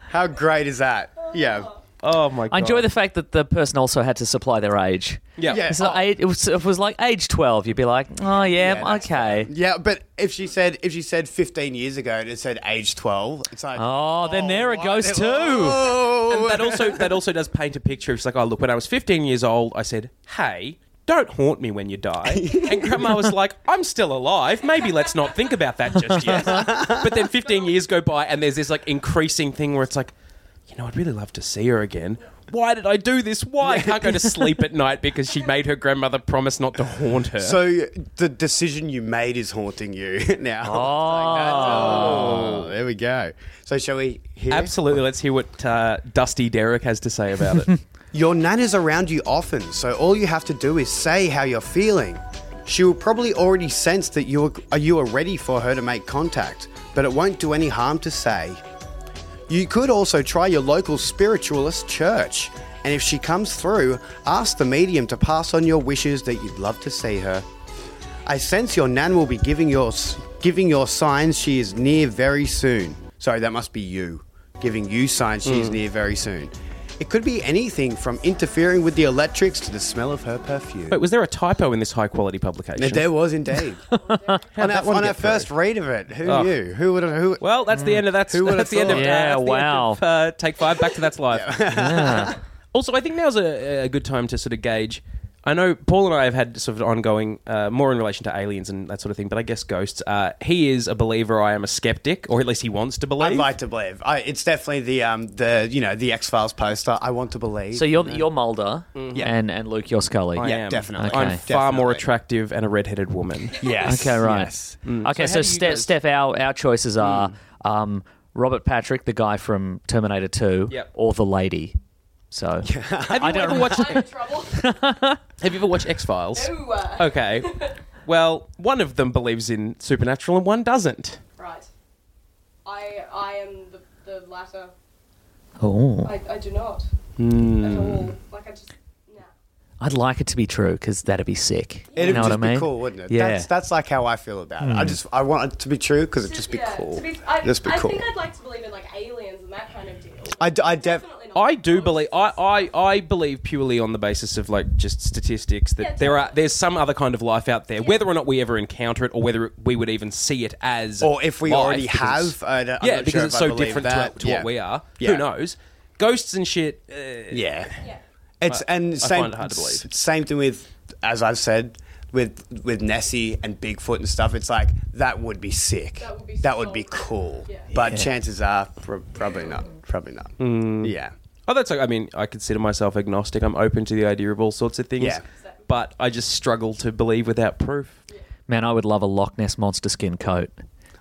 Speaker 3: How great is that? Yeah.
Speaker 4: Oh my god.
Speaker 5: I enjoy the fact that the person also had to supply their age.
Speaker 4: Yeah.
Speaker 3: Yeah.
Speaker 5: So
Speaker 3: Oh.
Speaker 5: I- it, was, if it was like age twelve. You'd be like, oh yeah,
Speaker 3: Yeah, that's
Speaker 5: okay.
Speaker 3: Yeah, but if she said if she said 15 years ago and it said age 12, it's like
Speaker 5: Oh, then there it
Speaker 3: what?
Speaker 5: goes too.
Speaker 3: Oh.
Speaker 4: And that also that also does paint a picture. It's like, "Oh, look, when I was 15 years old, I said, "Hey, don't haunt me when you die." And grandma was like, "I'm still alive. Maybe let's not think about that just yet." But then 15 years go by and there's this like increasing thing where it's like, "You know, I'd really love to see her again." Why did I do this? Why? I can't go to sleep at night because she made her grandmother promise not to haunt her.
Speaker 3: So the decision you made is haunting you <laughs> now. Oh, there we go. So shall we hear?
Speaker 4: Absolutely. Let's hear what uh, Dusty Derek has to say about it.
Speaker 3: Your nan is around you often, so all you have to do is say how you're feeling. She will probably already sense that you are, are you are ready for her to make contact, but it won't do any harm to say. You could also try your local spiritualist church, and if she comes through, ask the medium to pass on your wishes that you'd love to see her. I sense your nan will be giving your giving your signs she is near very soon. Sorry, that must be you giving you signs she
Speaker 4: Hmm.
Speaker 3: is near very soon. It could be anything from interfering with the electrics to the smell of her perfume.
Speaker 4: Wait, was there a typo in this high quality publication?
Speaker 3: there was
Speaker 4: <laughs>
Speaker 3: indeed. on our,
Speaker 4: one
Speaker 3: on our
Speaker 4: get
Speaker 3: first read of it, who
Speaker 4: Oh.
Speaker 3: knew? Who would have? Who?
Speaker 4: Well, that's the end of that's,
Speaker 3: Mm. Who would've
Speaker 4: that's the end of
Speaker 5: thought?
Speaker 4: uh,
Speaker 5: Yeah,
Speaker 4: that's the end
Speaker 5: wow.
Speaker 4: of, uh, take five back to that's life. <laughs> also, I think now's a, a good time to sort of gauge. I know Paul and I have had sort of ongoing, uh, more in relation to aliens and that sort of thing, but I guess ghosts. Uh, he is a believer. I am a skeptic, or at least he wants to believe.
Speaker 3: I'd like to believe. I, it's definitely the um the you know the X Files poster. I want to believe.
Speaker 5: So you're you're Mulder, and and Luke, you're Scully.
Speaker 4: I
Speaker 3: Yeah,
Speaker 4: am.
Speaker 3: definitely.
Speaker 4: I'm
Speaker 5: Okay.
Speaker 4: far more
Speaker 3: Definitely.
Speaker 4: attractive and a redheaded
Speaker 3: <laughs>
Speaker 4: woman.
Speaker 3: yes.
Speaker 5: Okay, right.
Speaker 3: Yes.
Speaker 5: Okay,
Speaker 4: So how
Speaker 5: so,
Speaker 4: do you
Speaker 5: Ste Steph,
Speaker 4: guys-
Speaker 5: our our choices are um, Robert Patrick, the guy from Terminator Two,
Speaker 4: Yep.
Speaker 5: or the lady. So
Speaker 4: Have you
Speaker 5: <laughs> I don't
Speaker 4: ever
Speaker 6: <laughs>
Speaker 4: watched?
Speaker 6: I'm in trouble.
Speaker 4: Have you ever watched X Files?
Speaker 6: Ooh, uh,
Speaker 4: Okay. Well, one of them believes in supernatural and one doesn't.
Speaker 6: Right. I I am the, the latter.
Speaker 5: <laughs> oh,
Speaker 6: I, I do not at all. Like I just nah.
Speaker 5: I'd like it to be true because that'd be sick.
Speaker 3: It'd
Speaker 5: you know
Speaker 3: just
Speaker 5: what I mean?
Speaker 3: be cool, wouldn't it?
Speaker 5: Yeah. Hmm.
Speaker 3: That's, that's like how I feel about it. I just I want it to be true because it'd just be
Speaker 6: yeah,
Speaker 3: cool.
Speaker 6: To be, I,
Speaker 3: just be
Speaker 6: I
Speaker 3: cool.
Speaker 6: think I'd like to believe in like aliens and that kind of deal.
Speaker 3: I, d- I def-
Speaker 6: Definitely not.
Speaker 4: I do
Speaker 6: It's
Speaker 4: believe I,
Speaker 6: just-
Speaker 4: I, I believe purely on the basis of like just statistics that
Speaker 6: Yeah,
Speaker 4: there are
Speaker 6: totally.
Speaker 4: there's some other kind of life out there, whether or not we ever encounter it or whether we would even see it as
Speaker 3: Or if we
Speaker 4: life,
Speaker 3: already
Speaker 4: because
Speaker 3: have, I don't- I'm
Speaker 4: yeah,
Speaker 3: not
Speaker 4: because
Speaker 3: sure
Speaker 4: it's
Speaker 3: if I
Speaker 4: so
Speaker 3: believe
Speaker 4: different
Speaker 3: that.
Speaker 4: to, to
Speaker 3: Yeah.
Speaker 4: what we are.
Speaker 3: Yeah.
Speaker 4: Who knows? Ghosts and shit. Uh,
Speaker 3: Yeah.
Speaker 6: Yeah.
Speaker 3: It's
Speaker 4: I-
Speaker 3: and
Speaker 4: I
Speaker 3: same
Speaker 4: find it hard to
Speaker 3: s-
Speaker 4: believe.
Speaker 3: same thing with as I've said with with Nessie and Bigfoot and stuff. It's like that would be sick.
Speaker 6: That would be
Speaker 3: That would
Speaker 6: so
Speaker 3: be
Speaker 6: cool.
Speaker 3: cool.
Speaker 6: Yeah.
Speaker 3: But chances are pro- probably not. Probably not. Yeah.
Speaker 4: oh, that's like I mean, I consider myself agnostic. I'm open to the idea of all sorts of things.
Speaker 3: Yeah.
Speaker 4: But I just struggle to believe without proof.
Speaker 5: Man, I would love a Loch Ness monster skin coat.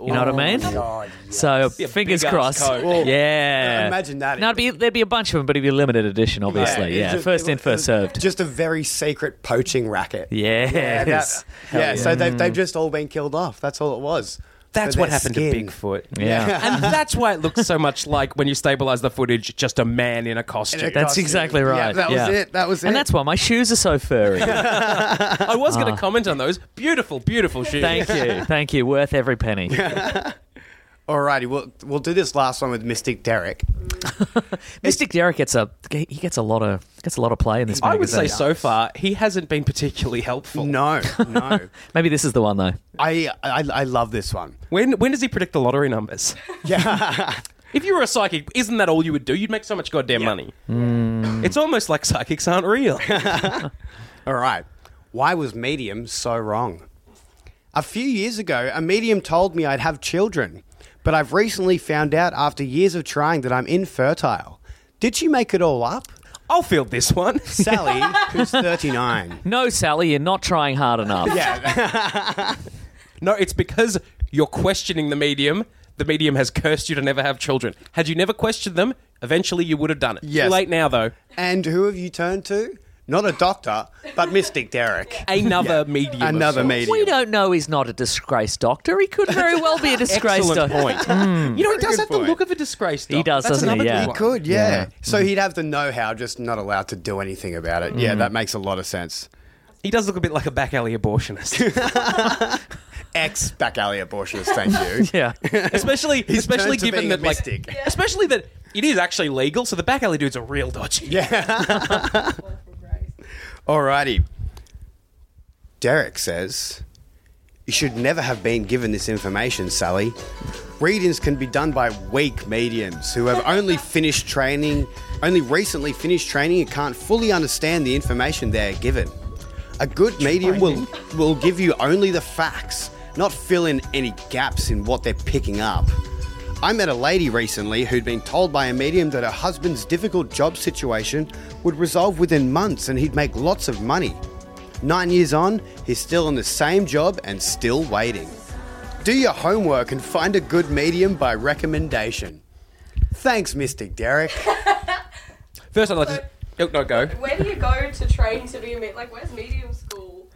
Speaker 5: You know what I mean? So
Speaker 4: Yeah,
Speaker 5: fingers
Speaker 4: big-ass
Speaker 5: crossed.
Speaker 4: coat. Well,
Speaker 5: yeah.
Speaker 3: imagine that.
Speaker 5: No, it'd be, there'd be a bunch of them, but it'd be a limited edition, obviously.
Speaker 3: it's
Speaker 5: Yeah,
Speaker 3: just-
Speaker 5: first
Speaker 3: it
Speaker 5: in,
Speaker 3: was-
Speaker 5: first
Speaker 3: it was
Speaker 5: served.
Speaker 3: Just a very sacred poaching racket.
Speaker 5: Yes.
Speaker 3: Yeah, that- yeah, so they've, they've just all been killed off. That's all it was.
Speaker 4: That's
Speaker 3: For
Speaker 4: what
Speaker 3: their
Speaker 4: happened to
Speaker 3: skin.
Speaker 4: Bigfoot.
Speaker 5: <laughs> Yeah.
Speaker 4: and that's why it looks so much like when you stabilize the footage, just a man in a costume.
Speaker 3: In a
Speaker 5: <laughs> That's
Speaker 3: costume.
Speaker 5: exactly right.
Speaker 3: Yeah, that was it. That was
Speaker 5: And
Speaker 3: it.
Speaker 5: that's why my shoes are so furry.
Speaker 4: I was going to comment on those. Beautiful, beautiful shoes.
Speaker 5: Ah. Thank you. Thank you. Worth every penny.
Speaker 3: Alrighty, we'll we'll do this last one with Mystic Derek.
Speaker 5: Mystic Derek gets a he gets a lot of gets a lot of play in this
Speaker 4: I
Speaker 5: magazine.
Speaker 4: would say so far, he hasn't been particularly helpful.
Speaker 3: No, no.
Speaker 5: Maybe this is the one though.
Speaker 3: I, I I love this one.
Speaker 4: When when does he predict the lottery
Speaker 5: <laughs>
Speaker 4: numbers?
Speaker 3: Yeah.
Speaker 4: <laughs> If you were a psychic, isn't that all you would do? You'd make so much goddamn money.
Speaker 5: Hmm.
Speaker 4: It's almost like psychics aren't
Speaker 5: <laughs>
Speaker 4: real.
Speaker 3: All right. Why was medium so wrong? A few years ago, a medium told me I'd have children, but I've recently found out after years of trying that I'm infertile. Did she make it all up?
Speaker 4: I'll field this one.
Speaker 3: Sally, <laughs> who's 39.
Speaker 5: No, Sally, you're not trying hard enough.
Speaker 3: Yeah.
Speaker 4: No, it's because you're questioning the medium. The medium has cursed you to never have children. Had you never questioned them, eventually you would have done it.
Speaker 3: Yes.
Speaker 4: Too late now, though.
Speaker 3: And who have you turned to? Not a doctor, but Mystic Derek.
Speaker 4: Another medium. of
Speaker 3: Another
Speaker 4: sorts.
Speaker 3: medium.
Speaker 5: We don't know he's not a disgraced doctor. He could very well be a disgraced
Speaker 4: Excellent
Speaker 5: doctor.
Speaker 4: point. You know, he does
Speaker 3: good
Speaker 4: have
Speaker 3: point.
Speaker 4: the look of a disgraced doctor.
Speaker 5: He does,
Speaker 4: That's
Speaker 5: doesn't he?
Speaker 4: another
Speaker 5: Yeah.
Speaker 4: good one.
Speaker 3: Good, yeah. So he'd have the know how, just not allowed to do anything about it. Yeah, that makes a lot of sense.
Speaker 4: He does look a bit like a back alley
Speaker 3: <laughs>
Speaker 4: abortionist,
Speaker 3: Ex back alley abortionist, thank you.
Speaker 5: <laughs> Yeah.
Speaker 4: especially especially
Speaker 3: turned to
Speaker 4: given
Speaker 3: being
Speaker 4: that
Speaker 3: a
Speaker 4: like
Speaker 3: mystic. Yeah.
Speaker 4: especially that it is actually legal. So the back alley dudes are real dodgy.
Speaker 3: yeah.
Speaker 6: Awful grace.
Speaker 3: Alrighty. Derek says, You should never have been given this information, Sally. Readings can be done by weak mediums who have only finished training, only recently finished training and can't fully understand the information they are given. A good medium will, will give you only the facts, not fill in any gaps in what they're picking up. I met a lady recently who'd been told by a medium that her husband's difficult job situation would resolve within months and he'd make lots of money. Nine years on, he's still in the same job and still waiting. Do your homework and find a good medium by recommendation. Thanks, Mystic Derek.
Speaker 4: First, I'd like to. Oh, no, go.
Speaker 6: Where do you go to train to be a med? Like, where's medium school?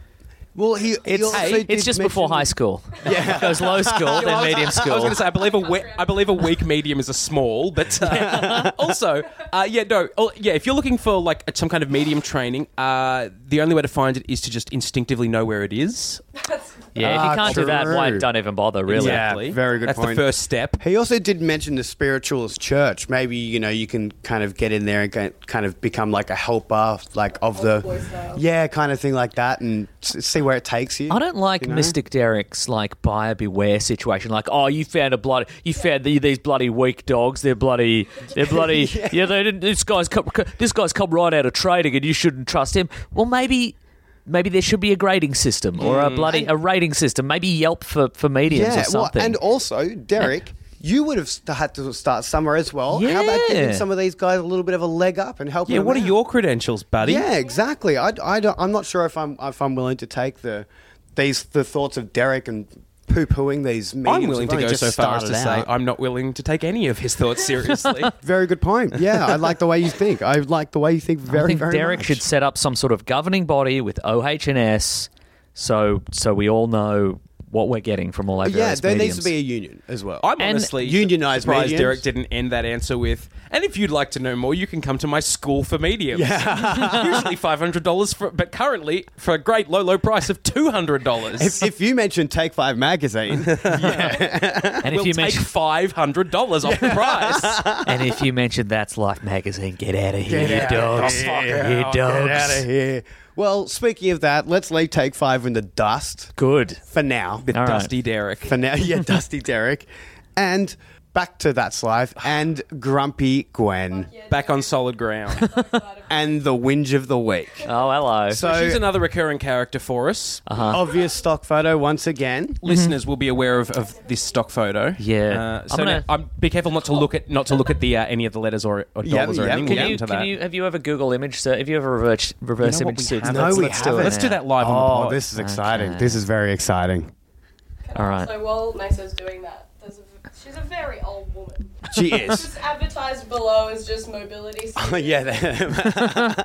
Speaker 3: Well, he, he
Speaker 5: It's,
Speaker 3: also did
Speaker 5: it's just before
Speaker 3: mention-
Speaker 5: high school. <laughs> Yeah. Goes low school,
Speaker 4: Well,
Speaker 5: then
Speaker 4: I was-
Speaker 5: medium
Speaker 4: I was
Speaker 5: school.
Speaker 4: going to say, I believe a we- I believe a weak medium is a small, but uh, also, uh, yeah, no, oh, yeah. If you're looking for like some kind of medium training, uh, the only way to find it is to just instinctively know where it is.
Speaker 6: That's
Speaker 5: yeah, if
Speaker 3: Ah,
Speaker 5: you can't do that,
Speaker 3: true.
Speaker 5: why don't even bother, really?
Speaker 3: Yeah. very good
Speaker 4: That's
Speaker 3: point.
Speaker 4: the first step.
Speaker 3: He also did mention the spiritualist church. Maybe you know you can kind of get in there and get, kind of become like a helper, like of
Speaker 6: Old
Speaker 3: the
Speaker 6: boy style.
Speaker 3: yeah, kind of thing like that, and s- see where it takes you.
Speaker 5: I don't like
Speaker 3: you know?
Speaker 5: Mystic Derek's like buyer beware situation. Like, oh, you found a bloody, you found the, these bloody weak dogs. They're bloody, they're
Speaker 3: <laughs>
Speaker 5: bloody. yeah, they didn't, this guy's come, this guy's come right out of trading, and you shouldn't trust him. Well, maybe. Maybe there should be a grading system or a bloody a rating system. Maybe Yelp for, for mediums
Speaker 3: Hmm. Yeah,
Speaker 5: or something.
Speaker 3: and also Derek. You would have st- had to start somewhere as well. How about
Speaker 5: Yeah.
Speaker 3: giving some of these guys a little bit of a leg up and helping?
Speaker 4: Yeah,
Speaker 3: them
Speaker 4: what are
Speaker 3: out?
Speaker 4: your credentials, buddy?
Speaker 3: Yeah, exactly. I, I don't, I'm not sure if I'm if I'm willing to take the these the thoughts of Derek and poo pooing these. mediums
Speaker 4: I'm willing
Speaker 3: who've
Speaker 4: to
Speaker 3: only
Speaker 4: go
Speaker 3: just
Speaker 4: so far as to
Speaker 3: started
Speaker 4: say
Speaker 3: out.
Speaker 4: I'm not willing to take any of his
Speaker 3: <laughs>
Speaker 4: thoughts seriously.
Speaker 3: Very good point. Yeah, I like the way you think. I like the way you think very,
Speaker 5: I think
Speaker 3: very
Speaker 5: Derek
Speaker 3: much.
Speaker 5: should set up some sort of governing body with OH and S, so so we all know what we're getting from all our
Speaker 3: yeah,
Speaker 5: various
Speaker 3: there
Speaker 5: mediums.
Speaker 3: needs to be a union as well.
Speaker 4: I'm
Speaker 5: And
Speaker 4: honestly
Speaker 3: unionised
Speaker 4: surprised
Speaker 3: mediums.
Speaker 4: Derek didn't end that answer with. And if you'd like to know more, you can come to my school for mediums. <laughs> Usually five hundred dollars, but currently for a great low low price of two hundred dollars.
Speaker 3: if, if you mention Take Five
Speaker 4: <laughs>
Speaker 3: magazine,
Speaker 5: and
Speaker 4: We'll
Speaker 5: if you
Speaker 4: take
Speaker 5: mention
Speaker 4: five hundred dollars off the
Speaker 3: <laughs>
Speaker 4: price.
Speaker 5: and if you mention that's Life magazine, get out of here, you
Speaker 3: out of
Speaker 5: dogs,
Speaker 3: here.
Speaker 5: you dogs.
Speaker 3: here. uh, Well, speaking of that, let's leave Take Five in the dust
Speaker 5: Good.
Speaker 3: for now.
Speaker 4: With
Speaker 5: All right.
Speaker 4: Dusty Derek.
Speaker 3: For now,
Speaker 4: <laughs>
Speaker 3: yeah, Dusty Derek, and back to That's Life and Grumpy Gwen
Speaker 6: Yeah,
Speaker 4: Back on solid ground.
Speaker 3: and the whinge of the week.
Speaker 5: Oh, hello.
Speaker 3: <laughs> So,
Speaker 4: She's another recurring character for us.
Speaker 5: Uh-huh.
Speaker 3: obvious stock photo once again.
Speaker 4: Listeners will be aware of, of this stock photo.
Speaker 5: Mm-hmm. Yeah.
Speaker 4: Uh, so
Speaker 5: I'm
Speaker 4: I'm,
Speaker 5: gonna-
Speaker 4: I'm be careful not to look at not to look at the uh, any of the letters or, or
Speaker 3: Yeah,
Speaker 4: dollars or
Speaker 3: yeah.
Speaker 4: anything.
Speaker 5: can
Speaker 4: we'll
Speaker 5: you,
Speaker 4: get into
Speaker 5: can
Speaker 4: that.
Speaker 5: you, have you ever Google image search? Have you ever reverse, reverse
Speaker 4: You know what,
Speaker 5: image
Speaker 4: we
Speaker 5: search?
Speaker 4: haven't.
Speaker 5: Let's-
Speaker 3: No, we
Speaker 5: let's do it.
Speaker 3: haven't.
Speaker 4: Let's do
Speaker 5: now.
Speaker 4: that live on the
Speaker 3: Oh,
Speaker 4: pod.
Speaker 3: this is
Speaker 5: Okay.
Speaker 3: exciting. This is very exciting.
Speaker 5: All right.
Speaker 6: So while Mesa's doing that, there's a, v- she's a very old woman.
Speaker 3: <laughs> She is.
Speaker 6: Just advertised below as just
Speaker 3: <laughs>
Speaker 6: mobility.
Speaker 3: yeah, they,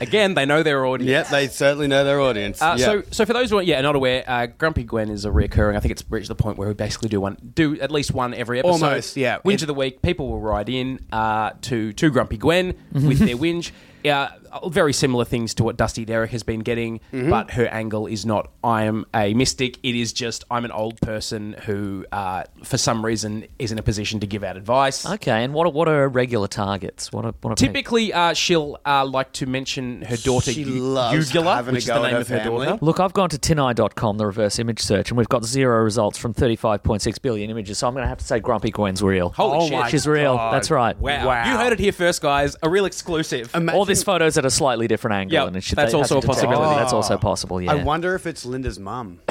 Speaker 4: Again, they know their audience.
Speaker 3: yeah, they certainly know their audience.
Speaker 4: Uh,
Speaker 3: yeah.
Speaker 4: So, so for those who are yeah not aware, uh, Grumpy Gwen is a reoccurring. I think it's reached the point where we basically do one, do at least one every episode.
Speaker 3: Almost, yeah.
Speaker 4: Whinge
Speaker 3: It-
Speaker 4: of the week. People will write in uh, to to Grumpy Gwen
Speaker 3: Mm-hmm.
Speaker 4: with their whinge. Uh, very similar things to what Dusty Derrick has been getting,
Speaker 3: Mm-hmm.
Speaker 4: but her angle is not "I am a mystic." It is just "I'm an old person who, uh, for some reason, is in a position to give out advice."
Speaker 5: Okay, and what are, what are her regular targets? What are, what are pe-
Speaker 4: Typically, uh, she'll uh, like to mention her daughter,
Speaker 3: She
Speaker 4: Eu-
Speaker 3: loves
Speaker 4: Eugula,
Speaker 3: having a
Speaker 4: which is the
Speaker 3: go at
Speaker 4: name
Speaker 3: her
Speaker 4: of her
Speaker 3: family.
Speaker 4: daughter.
Speaker 5: Look, I've gone to tineye.com, the reverse image search, and we've got zero results from 35.6 billion images, so I'm going to have to say Grumpy Gwen's real. Oh
Speaker 4: Holy shit.
Speaker 5: She's real. That's right.
Speaker 4: Wow. You heard it here first, guys. A real exclusive.
Speaker 5: All this photo's at a slightly different angle,
Speaker 4: Yep,
Speaker 5: and it should,
Speaker 4: that's
Speaker 5: they have
Speaker 4: also a
Speaker 5: to detect-
Speaker 4: possibility. Ah.
Speaker 5: That's also possible. Yeah.
Speaker 3: I wonder if it's Linda's mum.
Speaker 4: <laughs>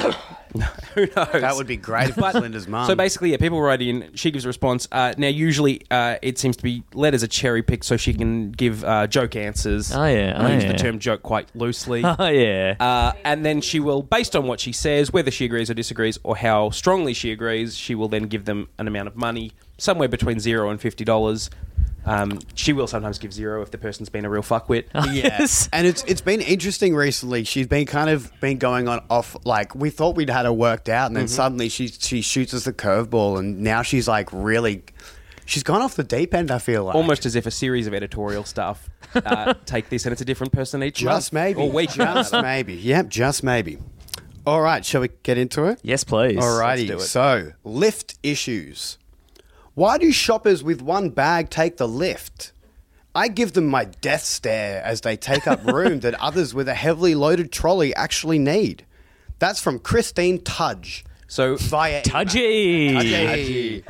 Speaker 4: Who knows?
Speaker 3: That would be great if it's Linda's
Speaker 5: um.
Speaker 3: mum.
Speaker 4: So basically, yeah, people write in. She gives a response. Uh, now, usually, uh, it seems to be letters are cherry picked so she can give uh, joke answers.
Speaker 5: Oh, yeah.
Speaker 4: And I
Speaker 5: Oh,
Speaker 4: use
Speaker 5: yeah.
Speaker 4: the term joke quite loosely.
Speaker 5: <laughs> Oh <laughs> yeah.
Speaker 4: Uh, and then she will, based on what she says, whether she agrees or disagrees, or how strongly she agrees, she will then give them an amount of money, somewhere between zero and fifty dollars. Um, she will sometimes give zero if the person's been a real
Speaker 5: <laughs>
Speaker 4: fuckwit.
Speaker 5: yes.
Speaker 3: <laughs> And it's it's been interesting recently. She's been kind of been going on off like we thought we'd had her worked out, and then suddenly she she shoots us the curveball, and now she's like really, she's gone off the deep end. I feel like
Speaker 4: almost as if a series of editorial stuff
Speaker 5: <laughs>
Speaker 4: uh, take this and it's a different person each
Speaker 3: just
Speaker 4: month
Speaker 3: maybe
Speaker 4: or week.
Speaker 3: just maybe. Yep, just maybe. All right, shall we get into it?
Speaker 5: Yes, please.
Speaker 3: Alrighty.
Speaker 4: Let's do it.
Speaker 3: So lift issues. Why do shoppers with one bag take the lift? I give them my death stare as they
Speaker 4: <laughs>
Speaker 3: take up room that others with a heavily loaded trolley actually need. That's from Christine Tudge
Speaker 4: So, so
Speaker 3: via
Speaker 5: Pudgy.
Speaker 3: Tudge.
Speaker 4: the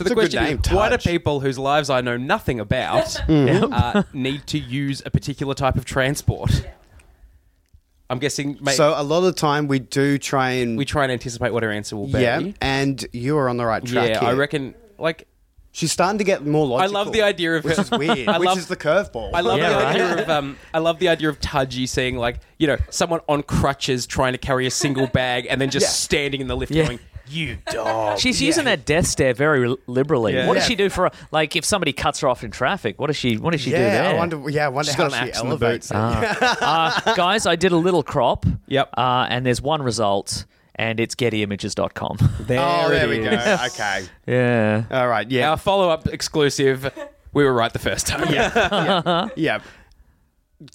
Speaker 3: a good
Speaker 4: question
Speaker 3: name,
Speaker 4: is, why do
Speaker 3: Touch.
Speaker 4: people whose lives I know nothing
Speaker 5: <laughs>
Speaker 4: about
Speaker 5: Mm-hmm.
Speaker 4: uh, need to use a particular type of transport? I'm guessing mate,
Speaker 3: So a lot of the time we do try and
Speaker 4: we try and anticipate what her answer will be.
Speaker 3: yeah, and you are on the right track.
Speaker 4: yeah,
Speaker 3: here.
Speaker 4: I reckon. Like,
Speaker 3: she's starting to get more
Speaker 4: I
Speaker 3: logical.
Speaker 4: love the idea of
Speaker 3: which
Speaker 4: her-
Speaker 3: is weird,
Speaker 4: I
Speaker 3: which
Speaker 4: love-
Speaker 3: is the curveball.
Speaker 4: I love
Speaker 5: Yeah,
Speaker 4: the
Speaker 5: right.
Speaker 4: idea of um, I love the idea of Tudgy saying like you know someone on crutches trying to carry a
Speaker 5: <laughs>
Speaker 4: single bag and then just standing in the lift
Speaker 5: Yeah.
Speaker 4: going you dog.
Speaker 5: Oh, She's using that death stare very li- liberally.
Speaker 4: Yeah.
Speaker 5: What does
Speaker 3: Yeah.
Speaker 5: she do for a, like if somebody cuts her off in traffic? What does she What does she do
Speaker 3: yeah,
Speaker 5: there?
Speaker 3: I wonder. Yeah, I wonder
Speaker 4: She's
Speaker 3: how
Speaker 4: got an
Speaker 3: she
Speaker 4: axe in the boot.
Speaker 3: elevates it. <laughs>
Speaker 5: uh, guys, I did a little crop.
Speaker 4: Yep.
Speaker 5: Uh, and there's one result, and it's gettyimages.com.
Speaker 4: There
Speaker 3: Oh, there
Speaker 4: it
Speaker 3: we go.
Speaker 4: is.
Speaker 3: Okay.
Speaker 5: <laughs> yeah.
Speaker 3: All right. Yeah.
Speaker 4: Our follow up exclusive. We were right the first time. Yeah.
Speaker 3: yeah.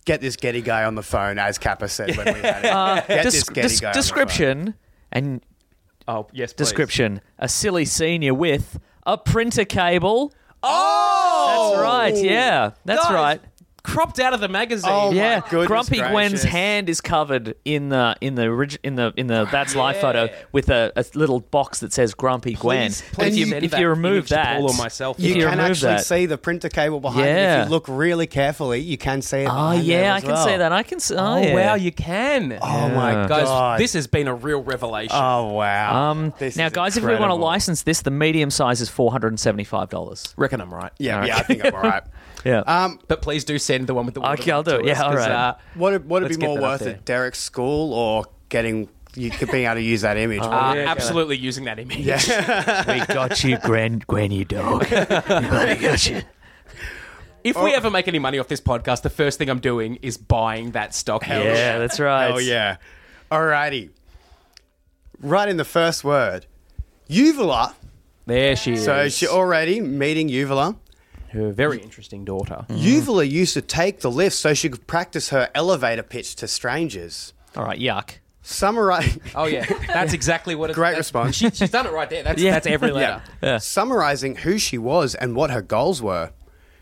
Speaker 3: Get this Getty guy on the phone, as Kappa said when we had it. Get
Speaker 5: Des-
Speaker 3: this
Speaker 5: Uh,
Speaker 3: Getty
Speaker 5: des-
Speaker 3: guy. on the
Speaker 5: description and
Speaker 4: <laughs> oh, yes. Please.
Speaker 5: description. A silly senior with a printer cable.
Speaker 4: Oh,
Speaker 5: That's right. Yeah. That's
Speaker 4: Guys,
Speaker 5: right.
Speaker 4: Cropped out of the magazine.
Speaker 3: Oh, my
Speaker 5: Yeah,
Speaker 3: goodness
Speaker 5: Grumpy
Speaker 3: gracious.
Speaker 5: Gwen's hand is covered in the in the orig- in the in the that's live photo with a, a little box that says Grumpy Gwen.
Speaker 4: Please,
Speaker 5: But if
Speaker 4: please
Speaker 5: you
Speaker 4: send
Speaker 5: if
Speaker 4: that
Speaker 5: you remove
Speaker 4: image to
Speaker 5: that,
Speaker 4: Paul or myself.
Speaker 3: phone. You
Speaker 5: If you
Speaker 3: can
Speaker 5: remove
Speaker 3: actually
Speaker 5: that-
Speaker 3: see the printer cable behind it.
Speaker 5: Yeah.
Speaker 3: If you look really carefully, you can see it.
Speaker 5: oh
Speaker 3: behind there
Speaker 5: yeah, I
Speaker 3: as
Speaker 5: can
Speaker 3: well.
Speaker 5: see that. I can see. Oh,
Speaker 4: Oh,
Speaker 5: yeah.
Speaker 4: wow, you can.
Speaker 3: Oh my
Speaker 4: Guys,
Speaker 3: god.
Speaker 4: this has been a real revelation.
Speaker 3: Oh wow.
Speaker 5: Um,
Speaker 3: This
Speaker 5: now,
Speaker 3: is
Speaker 5: guys, if we want to
Speaker 3: incredible.
Speaker 5: license this, the medium size is four hundred and seventy-five dollars.
Speaker 4: Reckon I'm right.
Speaker 3: Yeah. Yeah. I think I'm
Speaker 5: <laughs>
Speaker 3: all right.
Speaker 5: Yeah.
Speaker 3: Um,
Speaker 4: But please do send the one with the watermark
Speaker 5: Okay, I'll do
Speaker 4: to
Speaker 5: it.
Speaker 4: us,
Speaker 5: Yeah, all
Speaker 4: 'cause,
Speaker 5: right.
Speaker 4: uh,
Speaker 3: what would
Speaker 4: Let's
Speaker 3: it
Speaker 4: get
Speaker 3: be more
Speaker 4: that up
Speaker 3: worth
Speaker 4: there.
Speaker 3: at Derek's school or getting you could being able to use
Speaker 5: <laughs>
Speaker 3: that image?
Speaker 5: Ah,
Speaker 3: Oh,
Speaker 4: uh, absolutely using that image.
Speaker 5: we got you, Gwen. Gwen, you dog. we got you.
Speaker 4: <laughs> If we ever make any money off this podcast, the first thing I'm doing is buying that stock.
Speaker 5: Yeah, that's right.
Speaker 3: Oh yeah. Alrighty. right in the first word. Uvula.
Speaker 4: There she is.
Speaker 3: So she already meeting Uvula.
Speaker 4: her very interesting
Speaker 5: <laughs>
Speaker 4: daughter.
Speaker 3: Uvula used to take the lift so she could practice her elevator pitch to strangers.
Speaker 5: All right, yuck.
Speaker 3: Summarize.
Speaker 4: Oh yeah, that's exactly what. It's,
Speaker 3: Great
Speaker 4: that-
Speaker 3: response.
Speaker 4: She, she's done it right there. That's
Speaker 5: Yeah.
Speaker 4: that's every
Speaker 5: <laughs> Yeah.
Speaker 4: letter.
Speaker 5: Yeah.
Speaker 3: <laughs> summarizing who she was and what her goals were.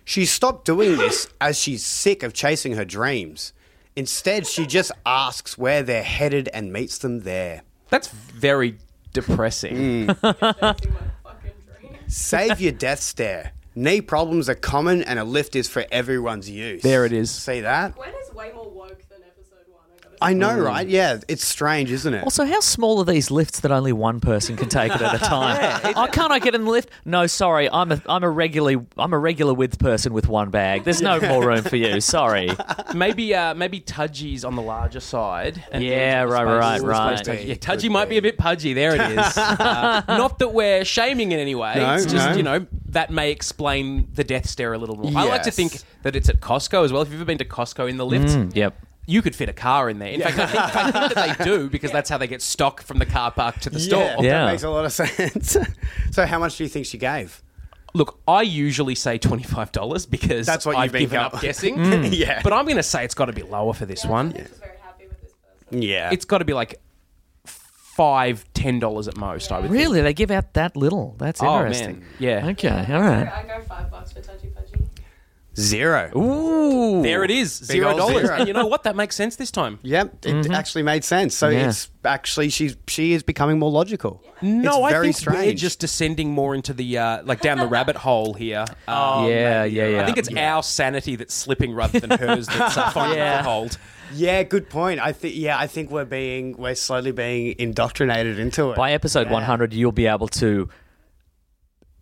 Speaker 3: She stopped doing this as she's sick of chasing her dreams. Instead, she just asks where they're headed and meets them there.
Speaker 4: That's very depressing.
Speaker 3: Mm.
Speaker 6: Chasing my fucking dreams.
Speaker 3: Save your death stare. Knee problems are common and a lift is for everyone's use.
Speaker 4: There it is.
Speaker 3: See that?
Speaker 6: Gwen is way more woke than episode one. I gotta
Speaker 3: I
Speaker 6: say.
Speaker 4: Mm.
Speaker 3: know, right? Yeah, it's strange, isn't it?
Speaker 5: Also, how small are these lifts that only one person can take it at a time? oh, can't I get in the lift? No, sorry, I'm a I'm a regularly I'm a regular width person with one bag. There's no more room for you. Sorry.
Speaker 4: Maybe uh, maybe Tudgy's on the larger side. and
Speaker 5: Yeah,
Speaker 4: Angie's
Speaker 5: right,
Speaker 4: space-
Speaker 5: right,
Speaker 4: space
Speaker 5: right.
Speaker 4: Tudgy. Yeah,
Speaker 3: Could
Speaker 4: Tudgy might
Speaker 3: be.
Speaker 4: be a bit pudgy. There it <laughs> is. Uh, not that we're shaming in any way.
Speaker 3: No,
Speaker 4: it's just
Speaker 3: no.
Speaker 4: you know that may explain the death stare a little more. I like to
Speaker 3: Yes. Mm,
Speaker 4: think that it's at Costco as well. If you've ever been to Costco in the lift.
Speaker 5: Yep.
Speaker 4: You could fit a car in there. In fact, I think, I think that they do <laughs> because that's how they get stock from the car park to the store.
Speaker 3: Yeah,
Speaker 5: Yeah.
Speaker 3: that makes a lot of <laughs> sense. so, how much do you think she gave?
Speaker 4: Look, I usually say twenty five dollars because
Speaker 3: That's what
Speaker 4: I've
Speaker 3: you've been
Speaker 4: given
Speaker 3: got-
Speaker 4: up
Speaker 3: <laughs>
Speaker 4: guessing. <laughs>
Speaker 3: Yeah.
Speaker 4: but I'm going to say it's got to be lower for this one.
Speaker 6: I'm just very happy with this person.
Speaker 3: Yeah,
Speaker 4: It's got to be like five, ten dollars at most. I would think.
Speaker 5: Really, they give out that little. That's
Speaker 4: Oh,
Speaker 5: interesting.
Speaker 4: man. Yeah.
Speaker 5: Okay. All
Speaker 6: I
Speaker 5: right.
Speaker 6: I go five bucks for touchy pudgy.
Speaker 3: zero.
Speaker 5: Ooh.
Speaker 4: There it is, zero
Speaker 3: old
Speaker 4: dollars.
Speaker 3: zero.
Speaker 4: And you know what? That makes sense this
Speaker 3: <laughs>
Speaker 4: time.
Speaker 3: Yep, it actually made sense. So
Speaker 5: Yeah.
Speaker 3: it's actually she's she is becoming more logical.
Speaker 4: No,
Speaker 3: it's
Speaker 4: I
Speaker 3: very
Speaker 4: think we're
Speaker 3: strange.
Speaker 4: just descending more into the uh, like down the rabbit hole
Speaker 3: <laughs>
Speaker 4: here.
Speaker 3: Oh,
Speaker 4: Um,
Speaker 5: yeah, yeah, yeah.
Speaker 4: I think it's our sanity that's slipping rather than hers that's
Speaker 3: <laughs>
Speaker 4: uh, finding
Speaker 5: Yeah.
Speaker 4: yeah. foothold.
Speaker 3: Yeah, good point. I think yeah, I think we're being we're slowly being indoctrinated into it.
Speaker 5: By episode
Speaker 3: Yeah.
Speaker 5: 100, you'll be able to,